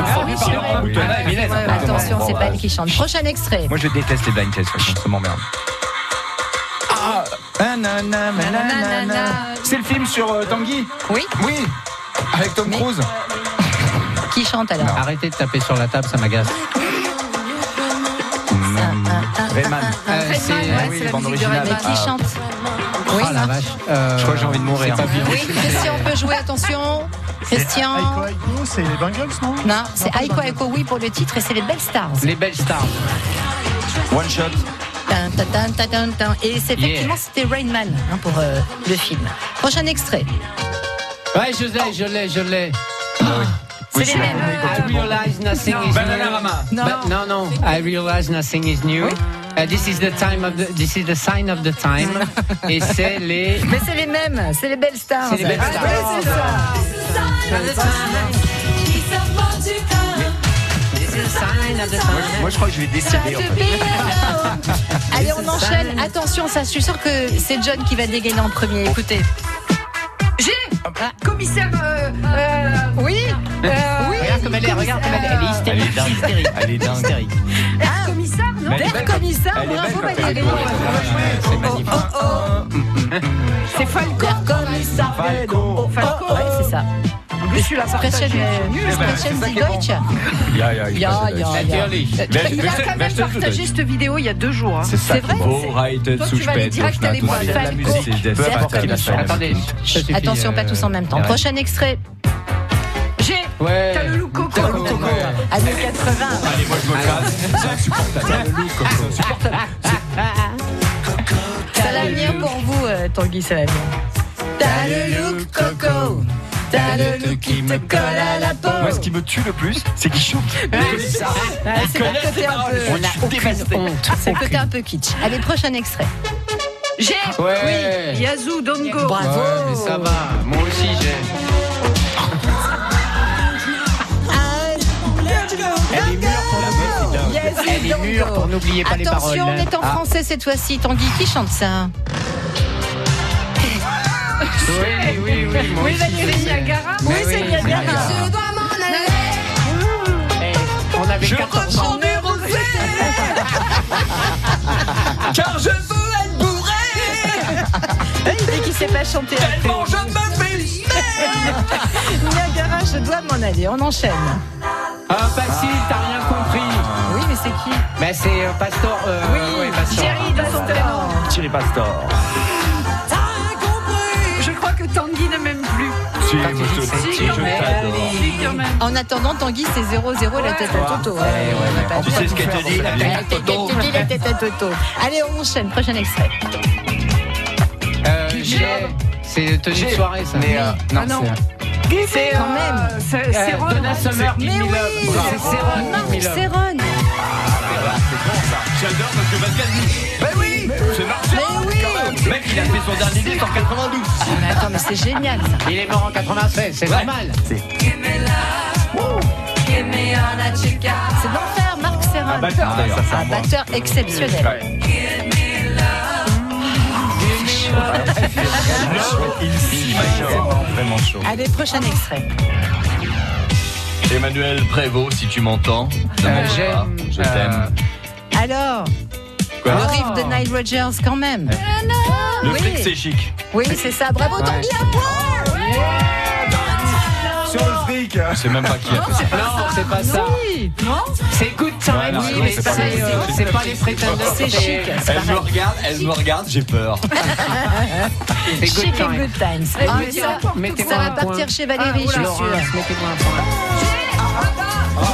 Speaker 9: C'est produit par Laurent Boutonnat et Mylène.
Speaker 3: Ouais, attention, c'est pas elle qui chante. Prochain extrait.
Speaker 11: Moi je déteste les blind tests, franchement, ça m'emmerde. Ah, nanana, nanana. C'est le film sur euh, Tanguy
Speaker 3: Oui.
Speaker 11: Oui Avec Tom Cruise
Speaker 3: Qui chante alors
Speaker 5: Arrêtez de taper sur la table, ça m'agace.
Speaker 11: Rayman.
Speaker 5: Euh, c'est-
Speaker 11: ouais, c'est la musique de
Speaker 3: Mais qui chante Oui,
Speaker 5: Ah la
Speaker 3: Marc.
Speaker 5: vache. Euh,
Speaker 11: Je crois que j'ai envie de mourir.
Speaker 5: C'est pas bien.
Speaker 3: Oui, Christian peut jouer, attention. Christian.
Speaker 18: Mmh, c'est les Bengals, non
Speaker 3: Non, c'est Aiko Aiko Oui pour le titre et c'est les Belles Stars.
Speaker 5: Les belles stars.
Speaker 11: One shot.
Speaker 3: Tin, tin, tin, tin, tin, tin. Et c'est effectivement,
Speaker 5: Yeah.
Speaker 3: c'était Rain Man hein, pour euh, le film. Prochain extrait.
Speaker 5: Ouais, je l'ai, je l'ai, je l'ai.
Speaker 3: C'est les mêmes.
Speaker 5: I realize nothing is
Speaker 9: Bananarama.
Speaker 5: new. Ba- euh, Non, non. I realize nothing is new. Uh, this is the time of the, this is the sign of the time. Et c'est les.
Speaker 3: Mais c'est les mêmes, c'est les Belles Stars.
Speaker 5: C'est les Belles
Speaker 3: Ah,
Speaker 5: Stars.
Speaker 3: oui, c'est ça.
Speaker 11: Moi je crois que je vais décider. en fait.
Speaker 3: Allez, on enchaîne. Attention, ça, je suis sûre que c'est John qui va dégainer en premier. Écoutez.
Speaker 6: J'ai
Speaker 11: Ah.
Speaker 6: Commissaire euh, euh,
Speaker 3: Oui
Speaker 6: euh,
Speaker 5: Regarde comme elle est, regarde comme elle est. Elle est
Speaker 11: Elle
Speaker 5: hystérique.
Speaker 11: est dingue. Elle est dingue.
Speaker 6: Air Commissaire, non
Speaker 11: Elle est
Speaker 3: D'air
Speaker 11: belle
Speaker 3: commissaire,
Speaker 11: Elle est
Speaker 3: bravo
Speaker 11: belle quand elle est
Speaker 3: Valérie.
Speaker 11: bourrée.
Speaker 3: Oh,
Speaker 11: C'est magnifique.
Speaker 6: C'est Falco Oh,
Speaker 3: Commissaire.
Speaker 11: Falco.
Speaker 6: Falco
Speaker 3: Ouais, c'est ça.
Speaker 6: En plus, je suis la partagée.
Speaker 3: Sprechen, euh,
Speaker 11: Eh ben,
Speaker 3: Sprechen
Speaker 11: c'est ça
Speaker 3: Sie
Speaker 11: qui est bon.
Speaker 3: Deutsch.
Speaker 11: Ya, ya, il
Speaker 3: Ya,
Speaker 11: passe à
Speaker 3: ya,
Speaker 11: la-
Speaker 3: ya.
Speaker 5: Natürlich.
Speaker 6: Il a quand même partagé cette vidéo il y a deux jours. hein.
Speaker 11: C'est ça.
Speaker 3: C'est vrai
Speaker 6: Toi, tu vas aller direct à l'époque. Falco.
Speaker 5: Attendez. ça suffit,
Speaker 3: Attention,
Speaker 5: euh,
Speaker 3: pas tous en même temps.
Speaker 5: Irène.
Speaker 3: Prochain extrait.
Speaker 6: J'ai
Speaker 5: Ouais.
Speaker 6: T'as le loup coco.
Speaker 5: T'as le loup coco.
Speaker 3: euh, Années 80.
Speaker 9: Allez, moi je me casse. C'est insupportable.
Speaker 3: Ah, Ça va venir pour vous, euh, Tanguy, ça va venir. T'as le look coco. T'as le look qui te colle à la peau.
Speaker 9: Moi, ce qui me tue le plus, c'est qu'il chante.
Speaker 3: Ah, c'est le côté un peu-
Speaker 5: On a aucune honte.
Speaker 3: c'est le côté un peu kitsch. Allez, prochain extrait.
Speaker 6: J'ai
Speaker 5: Ouais.
Speaker 6: Oui. Yazoo, don't go.
Speaker 5: Ouais,
Speaker 3: Bravo.
Speaker 5: mais ça va. Moi aussi, j'ai. Elle est mûre pour la meuf.
Speaker 3: Yes,
Speaker 5: Elle est
Speaker 3: don't
Speaker 5: mûre
Speaker 3: go.
Speaker 5: pour n'oublier pas les paroles.
Speaker 3: Attention, on est en
Speaker 5: Ah.
Speaker 3: français cette fois-ci. Tanguy, qui chante ça
Speaker 5: Oui, oui, oui. moi
Speaker 6: Oui,
Speaker 5: aussi, je
Speaker 6: Valérie
Speaker 5: sais.
Speaker 6: Niagara.
Speaker 5: Mais oui, Niagara. Eh, On avait 14 ans.
Speaker 9: Car je veux être bourré.
Speaker 3: Et qui sait pas chanter.
Speaker 9: Tellement je me fais
Speaker 3: Niagara, je dois m'en aller. On enchaîne.
Speaker 5: Ah, facile, t'as rien compris.
Speaker 3: Oui, mais c'est qui
Speaker 5: Mais c'est euh, Pastor. euh, oui, Pastor.
Speaker 6: Jerry de son prénom.
Speaker 11: Thierry Pastor.
Speaker 6: Je crois que Tanguy ne m'aime plus.
Speaker 11: Si,
Speaker 6: Quand
Speaker 11: moi,
Speaker 6: il dit
Speaker 11: je-
Speaker 6: si,
Speaker 11: si,
Speaker 6: quand
Speaker 11: je
Speaker 6: même.
Speaker 11: t'adore.
Speaker 6: Si, quand même.
Speaker 3: En attendant, Tanguy, c'est 0-0 la tête à Toto.
Speaker 5: Eh
Speaker 11: Tu sais ce qu'elle te dit, la
Speaker 3: Euh,
Speaker 11: tête à
Speaker 3: Toto. La tête à Toto. Allez, on enchaîne. Prochain extrait.
Speaker 5: Euh, j'ai- C'est tenue de soirée, ça.
Speaker 17: Mais, euh,
Speaker 5: non,
Speaker 17: Ah, non.
Speaker 5: c'est.
Speaker 6: Quand même.
Speaker 5: Euh, C'est
Speaker 6: euh,
Speaker 11: Euh,
Speaker 6: Ron.
Speaker 5: Donna Summer,
Speaker 6: Mais
Speaker 5: Give Me
Speaker 6: oui,
Speaker 5: Love. Bravo.
Speaker 6: c'est Ron.
Speaker 5: Give Me Love.
Speaker 3: Céron.
Speaker 9: J'adore parce que Pascal dit Mais oui C'est marché
Speaker 3: Mais oui Ah,
Speaker 9: Mec, il a fait son dernier disque en 92
Speaker 3: Mais attends, mais c'est génial ça.
Speaker 5: Il est mort en 96, Ah, c'est normal.
Speaker 3: C'est de l'enfer, Marc Serra. Un
Speaker 5: batteur,
Speaker 8: Ah,
Speaker 5: d'ailleurs.
Speaker 3: Un batteur exceptionnel.
Speaker 4: Vraiment chaud.
Speaker 3: Allez, prochain extrait.
Speaker 4: Emmanuel Prévost, si tu m'entends.
Speaker 3: Euh,
Speaker 4: ne m'en veux pas, Je t'aime.
Speaker 3: Alors,
Speaker 4: Quoi
Speaker 3: le riff de Nile Rogers quand même.
Speaker 4: Le
Speaker 3: oui.
Speaker 4: flic, c'est chic.
Speaker 3: Oui, c'est ça. Bravo, Tanguy, un point
Speaker 11: Sur le fric.
Speaker 4: C'est même pas qui a fait ça.
Speaker 5: Non, c'est pas ça.
Speaker 3: Oui.
Speaker 6: Non
Speaker 5: C'est Good Time,
Speaker 4: Ouais, non, non,
Speaker 5: mais
Speaker 4: c'est
Speaker 5: c'est
Speaker 4: pas les-
Speaker 5: euh, c'est pas les prétendants.
Speaker 3: C'est chic. c'est
Speaker 4: Elle me
Speaker 3: pareil.
Speaker 4: regarde, elle me regarde, j'ai peur.
Speaker 5: C'est Good
Speaker 3: Chic and
Speaker 5: Time.
Speaker 3: good times.
Speaker 6: Eh,
Speaker 3: Ah,
Speaker 6: mais
Speaker 3: ça,
Speaker 6: n'importe
Speaker 5: Mettez-moi
Speaker 3: ça va
Speaker 5: un point.
Speaker 3: partir chez Valérie, je suis
Speaker 5: Laurence,
Speaker 3: sûre.
Speaker 5: mettez-moi un point.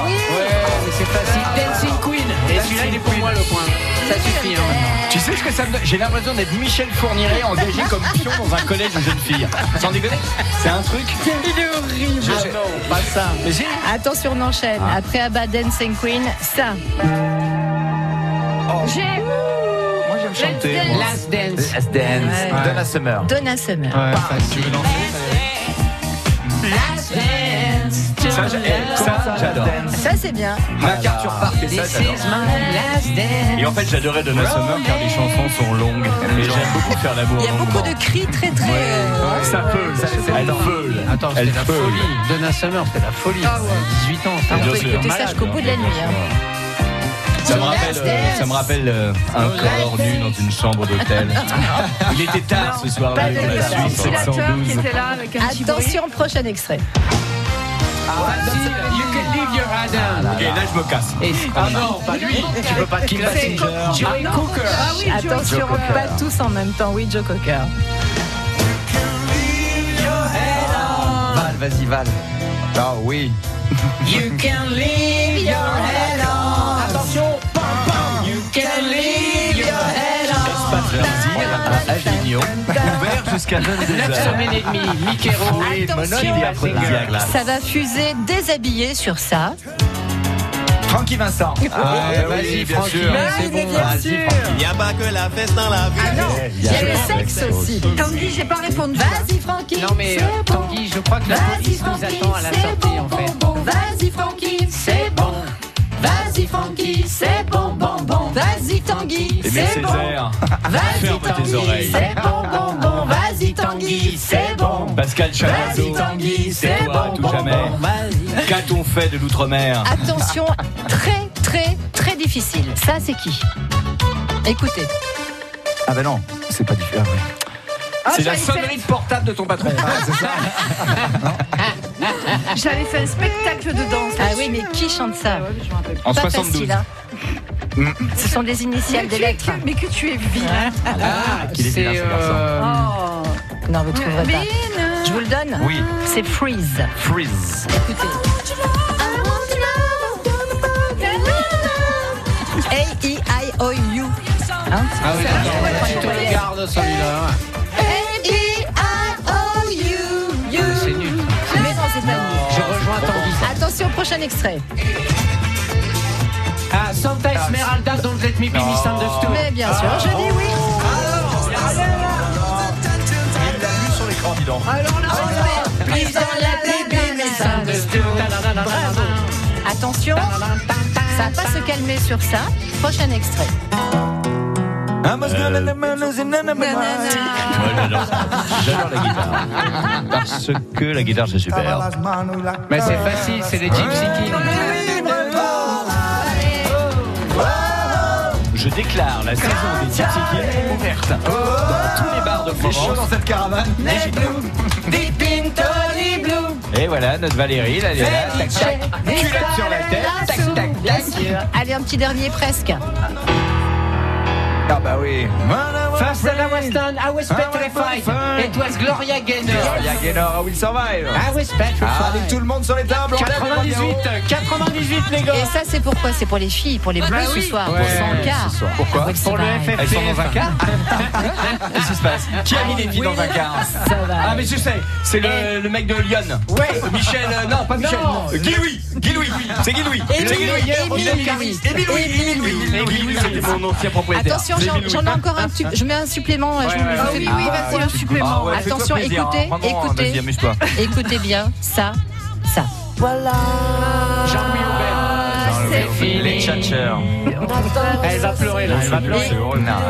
Speaker 3: Oui,
Speaker 5: Ouais, mais c'est facile. Dancing Queen. Et celui-là, il est pour moi le point. Ça suffit. hein.
Speaker 4: Tu sais ce que ça me donne J'ai l'impression d'être Michel Fourniret engagé comme pion dans un collège de jeunes filles. Sans déconner, c'est un truc.
Speaker 3: il est horrible.
Speaker 4: Je-
Speaker 5: Ah non, pas ça.
Speaker 4: Mais j'ai-
Speaker 3: Attention, on enchaîne. Après Abba Dancing Queen, ça.
Speaker 6: J'ai.
Speaker 11: Moi, j'aime chanter. moi.
Speaker 5: Last Dance.
Speaker 11: Last Dance.
Speaker 3: Ouais.
Speaker 11: Donna Summer.
Speaker 3: Donna Summer.
Speaker 5: Ouais, facile.
Speaker 11: Ça, j'ai- eh, ça, j'adore.
Speaker 3: Ça, c'est bien.
Speaker 11: Ma carte sur parc et ça, j'adore.
Speaker 4: Et en fait, j'adorais Donna Summer car les chansons sont longues. Et j'aime beaucoup faire l'amour.
Speaker 3: Il y a beaucoup de cris très, très. euh,
Speaker 11: Ça peut, ça c'est
Speaker 4: Elle veule.
Speaker 5: Attends,
Speaker 4: Elle
Speaker 5: c'était la
Speaker 4: peut.
Speaker 5: folie. Donna Summer, c'était la folie.
Speaker 3: Ah ouais.
Speaker 5: 18 ans, c'était
Speaker 3: On
Speaker 5: un
Speaker 3: peut
Speaker 5: truc
Speaker 3: écouter
Speaker 5: de
Speaker 3: ça
Speaker 5: malade.
Speaker 3: jusqu'au bout de la nuit. hein.
Speaker 4: Ça me rappelle, euh, ça me rappelle euh, un corps nu dans une chambre d'hôtel. Il était tard ce soir-là.
Speaker 6: Pas de
Speaker 4: et on l'a
Speaker 6: le
Speaker 4: su,
Speaker 6: ventilateur qui était là avec un petit bruit.
Speaker 3: Attention, prochain extrait.
Speaker 5: Facile. You can leave your head down.
Speaker 9: Ok, là je me casse.
Speaker 5: Et- Ah non, pas lui. Tu peux pas te classer. Joey Cooker.
Speaker 6: Ah oui, Joe.
Speaker 3: Attention, pas tous en même temps. Oui, Joe Cocker.
Speaker 11: Val, vas-y, Val. Ah oui.
Speaker 5: You can leave your head on. Attention, pam pam. You can leave your head on.
Speaker 4: Avignon, ouvert jusqu'à
Speaker 5: 9
Speaker 4: 22h.
Speaker 5: semaines et demie, Mickey Rowe.
Speaker 3: Attention,
Speaker 5: Massinger.
Speaker 3: ça va fuser déshabillé sur ça.
Speaker 11: Francky Vincent.
Speaker 5: Ah, vas-y, Francky, c'est bon.
Speaker 11: Vas-y, Francky. Ah
Speaker 8: Il n'y a pas que la fête dans la vie. Eh,
Speaker 3: Il y a le sexe aussi.
Speaker 6: Tanguy, j'ai pas répondu.
Speaker 3: Vas-y, Francky.
Speaker 5: Non mais euh,
Speaker 3: c'est bon.
Speaker 5: Tanguy, je crois que la
Speaker 3: Vas-y,
Speaker 5: police nous
Speaker 3: Francky,
Speaker 5: attend à la
Speaker 3: c'est
Speaker 5: sortie
Speaker 3: bon,
Speaker 5: en fait.
Speaker 3: bon, bon. Vas-y, Francky, c'est bon. Vas-y, Francky, c'est bon, bon, bon. Vas-y, Tanguy,
Speaker 9: Aimé
Speaker 3: c'est bon.
Speaker 9: Césaire,
Speaker 3: Vas-y,
Speaker 9: Ferme tes
Speaker 3: Tanguy,
Speaker 9: oreilles.
Speaker 3: c'est bon, bon, bon. Vas-y, Tanguy, c'est bon.
Speaker 9: Pascal
Speaker 3: Vas-y,
Speaker 9: Chabasso,
Speaker 3: Tanguy, c'est
Speaker 9: c'est toi
Speaker 3: bon,
Speaker 9: à tout
Speaker 3: bon,
Speaker 9: jamais.
Speaker 3: bon.
Speaker 9: Qu'a-t-on fait de l'outre-mer
Speaker 3: Attention, très, très, très difficile. Ça, c'est qui Écoutez.
Speaker 11: Ah ben non, c'est pas différent.
Speaker 3: Ah,
Speaker 9: C'est la sonnerie de portable de ton patron.
Speaker 11: Ah,
Speaker 6: J'avais fait un spectacle de danse. Ah
Speaker 3: Ah oui, mais qui chante ça
Speaker 4: En
Speaker 3: Pas
Speaker 4: 72.
Speaker 3: facile, hein.
Speaker 8: Mm.
Speaker 3: Ce sont des initiales des lettres.
Speaker 6: Mais que tu es vilain.
Speaker 5: Ah,
Speaker 11: qu'il est vilain,
Speaker 5: c'est
Speaker 11: ce
Speaker 5: euh,
Speaker 6: Oh.
Speaker 3: Non, vous ne trouverez pas.
Speaker 6: Mais non.
Speaker 3: Je vous le donne
Speaker 11: Oui.
Speaker 3: C'est Freeze.
Speaker 11: Freeze.
Speaker 3: Écoutez. E A-E-I-I-O-U. Hein
Speaker 5: ah oui, d'accord. tu te regardes celui-là.
Speaker 4: hein.
Speaker 3: E A-E-I-O-U.
Speaker 5: Ah, C'est nul.
Speaker 3: Mais non, c'est pas
Speaker 5: Je rejoins Tanguy.
Speaker 3: nul. Attention, prochain extrait.
Speaker 5: Ah, Santa Esmeralda, don't let me be misunderstood.
Speaker 3: Mais bien sûr, je dis oui.
Speaker 11: sur l'écran, dis donc.
Speaker 5: Please don't let me be misunderstood.
Speaker 3: Attention, ça va pas se calmer sur ça. Prochain extrait.
Speaker 4: Moi, j'adore ça. J'adore la guitare. Parce que la guitare, c'est super.
Speaker 5: Mais c'est facile, c'est les Gypsy Kings.
Speaker 4: Je déclare la saison des Gypsy Kings ouverte dans tous les bars de
Speaker 11: C'est chaud
Speaker 4: France.
Speaker 11: dans cette caravane.
Speaker 4: Les Gypsy-
Speaker 11: Et voilà, notre Valérie, là, elle est là. Tac, tac. Culotte sur la tête. Tac, tac, tac.
Speaker 3: Allez, un petit dernier presque.
Speaker 11: Ah bah oui.
Speaker 17: First Stella Weston, I
Speaker 11: Ah,
Speaker 17: was petrified. It was Gloria Gaynor.
Speaker 11: Gloria Gaynor, Ah, I will survive.
Speaker 17: I was petrified.
Speaker 11: Allez, tout le monde sur les tables. on lève le premier rond.
Speaker 3: 98 les gars. Et ça c'est pourquoi C'est pour les filles, pour les bleus ce soir,
Speaker 11: Ouais,
Speaker 3: pour 100 quarts.
Speaker 11: ce soir. Pourquoi
Speaker 3: Pour le FFPF.
Speaker 11: Elles sont dans un quart Qu'est-ce qui se passe Qui a mis des filles
Speaker 17: Oui.
Speaker 11: dans un quart
Speaker 17: Ça va.
Speaker 11: Ah mais je sais, c'est le, le mec de Lyon.
Speaker 17: Ouais.
Speaker 11: Michel, euh, non pas Michel.
Speaker 17: Non.
Speaker 11: Euh, Guy Louis. Guy Louis. C'est Guy Louis.
Speaker 3: Émile-
Speaker 11: C'est Guy Louis.
Speaker 3: Émile
Speaker 11: Il a mis
Speaker 3: Louis.
Speaker 11: des- Émile Louis. Émile Louis. Émile Louis, c'était mon ancien propriétaire.
Speaker 3: Attention, j'en
Speaker 11: Émile Louis.
Speaker 3: j'en ai encore un petit. Je mets un supplément. je
Speaker 11: Ouais,
Speaker 3: vous-
Speaker 11: ouais,
Speaker 3: je
Speaker 11: ouais.
Speaker 3: fais-
Speaker 11: Ah, ouais, tu- ah, ouais, fais-toi
Speaker 3: Attention,
Speaker 11: plaisir, hein.
Speaker 3: écoutez,
Speaker 11: Vraiment, hein, vas-y,
Speaker 3: écoutez,
Speaker 11: amuse-toi.
Speaker 3: écoutez bien ça, ça.
Speaker 13: Voilà.
Speaker 17: C'est fini.
Speaker 11: Les tchatcheurs.
Speaker 17: Elle va pleurer là, elle va pleurer.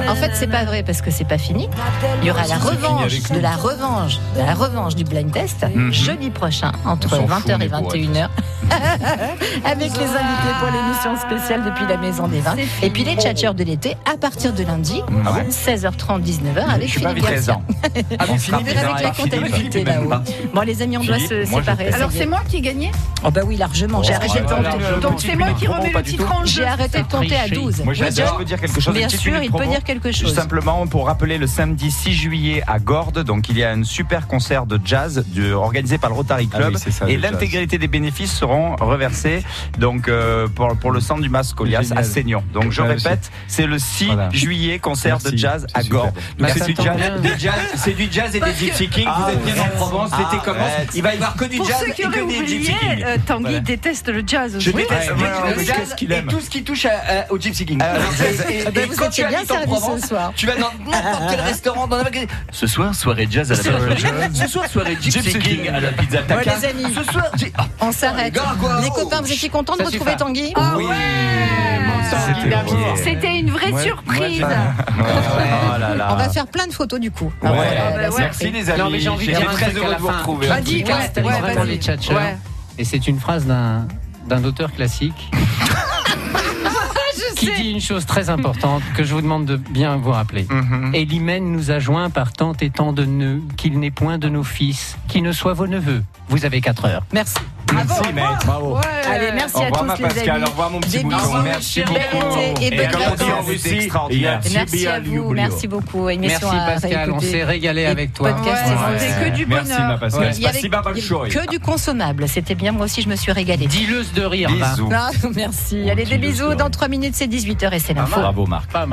Speaker 3: En fait, c'est pas vrai parce que c'est pas fini. Il y aura la
Speaker 17: C'est fini
Speaker 3: revanche
Speaker 17: avec
Speaker 3: de
Speaker 17: nous.
Speaker 3: la revanche de la revanche du blind test
Speaker 11: Mhm.
Speaker 3: jeudi prochain entre
Speaker 17: On s'en
Speaker 3: 20h
Speaker 17: fout,
Speaker 3: et
Speaker 17: mais pour
Speaker 3: 21h avec les invités pour l'émission spéciale depuis la maison des vins et puis les tchatcheurs de l'été à partir de lundi
Speaker 11: Ah ouais
Speaker 3: 16h30 19h avec
Speaker 11: Je suis pas
Speaker 3: Philippe Garcia.
Speaker 11: présent. Ah bon, Philippe,
Speaker 3: Avec la
Speaker 11: Philippe,
Speaker 3: comptabilité
Speaker 11: Philippe,
Speaker 3: là-haut.
Speaker 11: même pas.
Speaker 3: Bon les amis, on doit se
Speaker 11: Philippe, moi, je
Speaker 3: séparer.
Speaker 11: pèse.
Speaker 3: ça
Speaker 6: Alors
Speaker 3: y est.
Speaker 6: c'est moi qui ai gagné
Speaker 3: Oh bah oui, largement. J'ai
Speaker 11: Oh,
Speaker 3: arrêté de
Speaker 11: voilà,
Speaker 3: compter.
Speaker 11: le
Speaker 6: Donc c'est moi qui remets le petit
Speaker 11: tout.
Speaker 6: cran en jeu.
Speaker 3: J'ai arrêté de compter à 12.
Speaker 11: Moi,
Speaker 3: Oui,
Speaker 11: j'adore.
Speaker 3: Jean-
Speaker 11: Je peux dire quelque chose.
Speaker 3: Bien
Speaker 11: une petite
Speaker 3: sûr,
Speaker 11: minute
Speaker 3: il peut
Speaker 11: promo.
Speaker 3: dire quelque chose.
Speaker 11: Juste Simplement pour rappeler le samedi 6 juillet à Gordes, donc il y a un super concert de jazz du- organisé par le Rotary
Speaker 4: Ah
Speaker 11: Club
Speaker 4: oui, c'est ça,
Speaker 11: et
Speaker 4: le jazz.
Speaker 11: l'intégralité des bénéfices seront reversés donc euh, pour, pour le centre du Mas Colias
Speaker 4: Génial.
Speaker 11: à Seignan. Donc je
Speaker 4: Génial
Speaker 11: répète, c'est le 6
Speaker 4: Voilà.
Speaker 11: juillet concert de
Speaker 4: Merci,
Speaker 11: jazz
Speaker 4: c'est
Speaker 11: à
Speaker 4: super.
Speaker 11: Gordes.
Speaker 4: Donc,
Speaker 11: Merci
Speaker 4: c'est du jazz-
Speaker 11: du jazz, c'est du jazz et des gypsy kings. Vous êtes bien en Provence, l'été commence. Il va y avoir que du
Speaker 6: Pour
Speaker 11: jazz
Speaker 6: ceux
Speaker 11: et
Speaker 6: qui auraient
Speaker 11: que des gypsy
Speaker 6: oublié,
Speaker 11: kings.
Speaker 6: euh, Tanguy
Speaker 11: Voilà.
Speaker 6: déteste le jazz aussi.
Speaker 11: Je déteste
Speaker 6: Ouais,
Speaker 11: le-
Speaker 6: ouais,
Speaker 11: le
Speaker 6: ouais.
Speaker 11: jazz et tout ce qui touche à- à- au Gypsy King.
Speaker 8: Euh,
Speaker 11: Et- et-
Speaker 3: Ah ben,
Speaker 11: et
Speaker 3: vous
Speaker 11: quand
Speaker 3: étiez
Speaker 11: tu
Speaker 3: bien
Speaker 11: habites en
Speaker 3: servis ce
Speaker 11: Provence,
Speaker 3: soir.
Speaker 11: Tu vas dans n'importe quel restaurant, dans n'importe quel-
Speaker 4: Ce soir, soirée jazz à la
Speaker 11: Soirée
Speaker 4: Pizza
Speaker 11: jazz.
Speaker 4: Ce soir, soirée
Speaker 11: Gypsy
Speaker 4: Gypsy King à la Pizza
Speaker 3: Bon,
Speaker 4: Taka.
Speaker 3: les amis,
Speaker 11: Ah,
Speaker 3: on s'arrête. Les copains, vous étiez contents de
Speaker 4: Ça
Speaker 3: retrouver
Speaker 4: suffit.
Speaker 3: Tanguy
Speaker 11: hein.
Speaker 3: Ah
Speaker 11: Oui,
Speaker 4: Tanguy d'abord.
Speaker 6: C'était une vraie surprise.
Speaker 11: Oh là là.
Speaker 3: On va faire plein de photos du coup.
Speaker 11: Ouais.
Speaker 3: Voilà,
Speaker 11: Ah bah
Speaker 3: la
Speaker 11: ouais.
Speaker 3: surprise.
Speaker 11: Merci les amis.
Speaker 17: Non, mais j'ai envie de
Speaker 11: J'étais
Speaker 17: dire un
Speaker 11: très
Speaker 17: truc à
Speaker 11: heureux
Speaker 17: la
Speaker 11: de vous
Speaker 17: fin.
Speaker 11: retrouver.
Speaker 17: Un
Speaker 6: Vas-y,
Speaker 17: podcast, les
Speaker 6: ouais, ouais,
Speaker 17: vrais
Speaker 6: vas-y.
Speaker 17: les tchatcheurs.
Speaker 6: Ouais.
Speaker 5: Et c'est une phrase d'un d'un auteur classique
Speaker 6: Je
Speaker 5: qui
Speaker 6: sais.
Speaker 5: dit une chose très importante que je vous demande de bien vous rappeler.
Speaker 11: Mm-hmm.
Speaker 5: Et l'hymen nous a joints par tant et tant de nœuds qu'il n'est point de nos fils, qui ne soient vos neveux. Vous avez 4 heures.
Speaker 3: Merci.
Speaker 11: Merci mec, bravo.
Speaker 3: Allez, merci
Speaker 11: Au
Speaker 3: à
Speaker 11: revoir
Speaker 3: tous
Speaker 11: ma
Speaker 3: les
Speaker 11: Pascal,
Speaker 3: amis.
Speaker 11: au revoir mon
Speaker 3: Des
Speaker 11: petit mouton.
Speaker 3: bisous,
Speaker 11: Merci
Speaker 3: bel été
Speaker 11: beaucoup.
Speaker 3: et bonnes
Speaker 11: comme on dit en
Speaker 3: vacances.
Speaker 11: Russie, extraordinaire.
Speaker 3: Merci à vous, merci beaucoup. Émission
Speaker 5: Merci
Speaker 3: à
Speaker 5: Pascal, on
Speaker 3: réécouter.
Speaker 5: s'est régalé
Speaker 3: Et
Speaker 5: avec toi.
Speaker 3: podcast,
Speaker 5: Ouais.
Speaker 3: c'est
Speaker 6: C'est que du
Speaker 11: Merci ma
Speaker 6: bonheur.
Speaker 11: Pascal.
Speaker 3: Il y avait- il
Speaker 11: Спасибо
Speaker 3: y avait
Speaker 11: большое.
Speaker 3: que du consommable, c'était bien. Moi aussi, je me suis Ah, régalée.
Speaker 5: Dis-le de rire. va.
Speaker 11: Bisous.
Speaker 3: Non, merci. Allez, des bisous. Dans 3 minutes, c'est 18h et c'est l'info.
Speaker 11: Bravo Marc.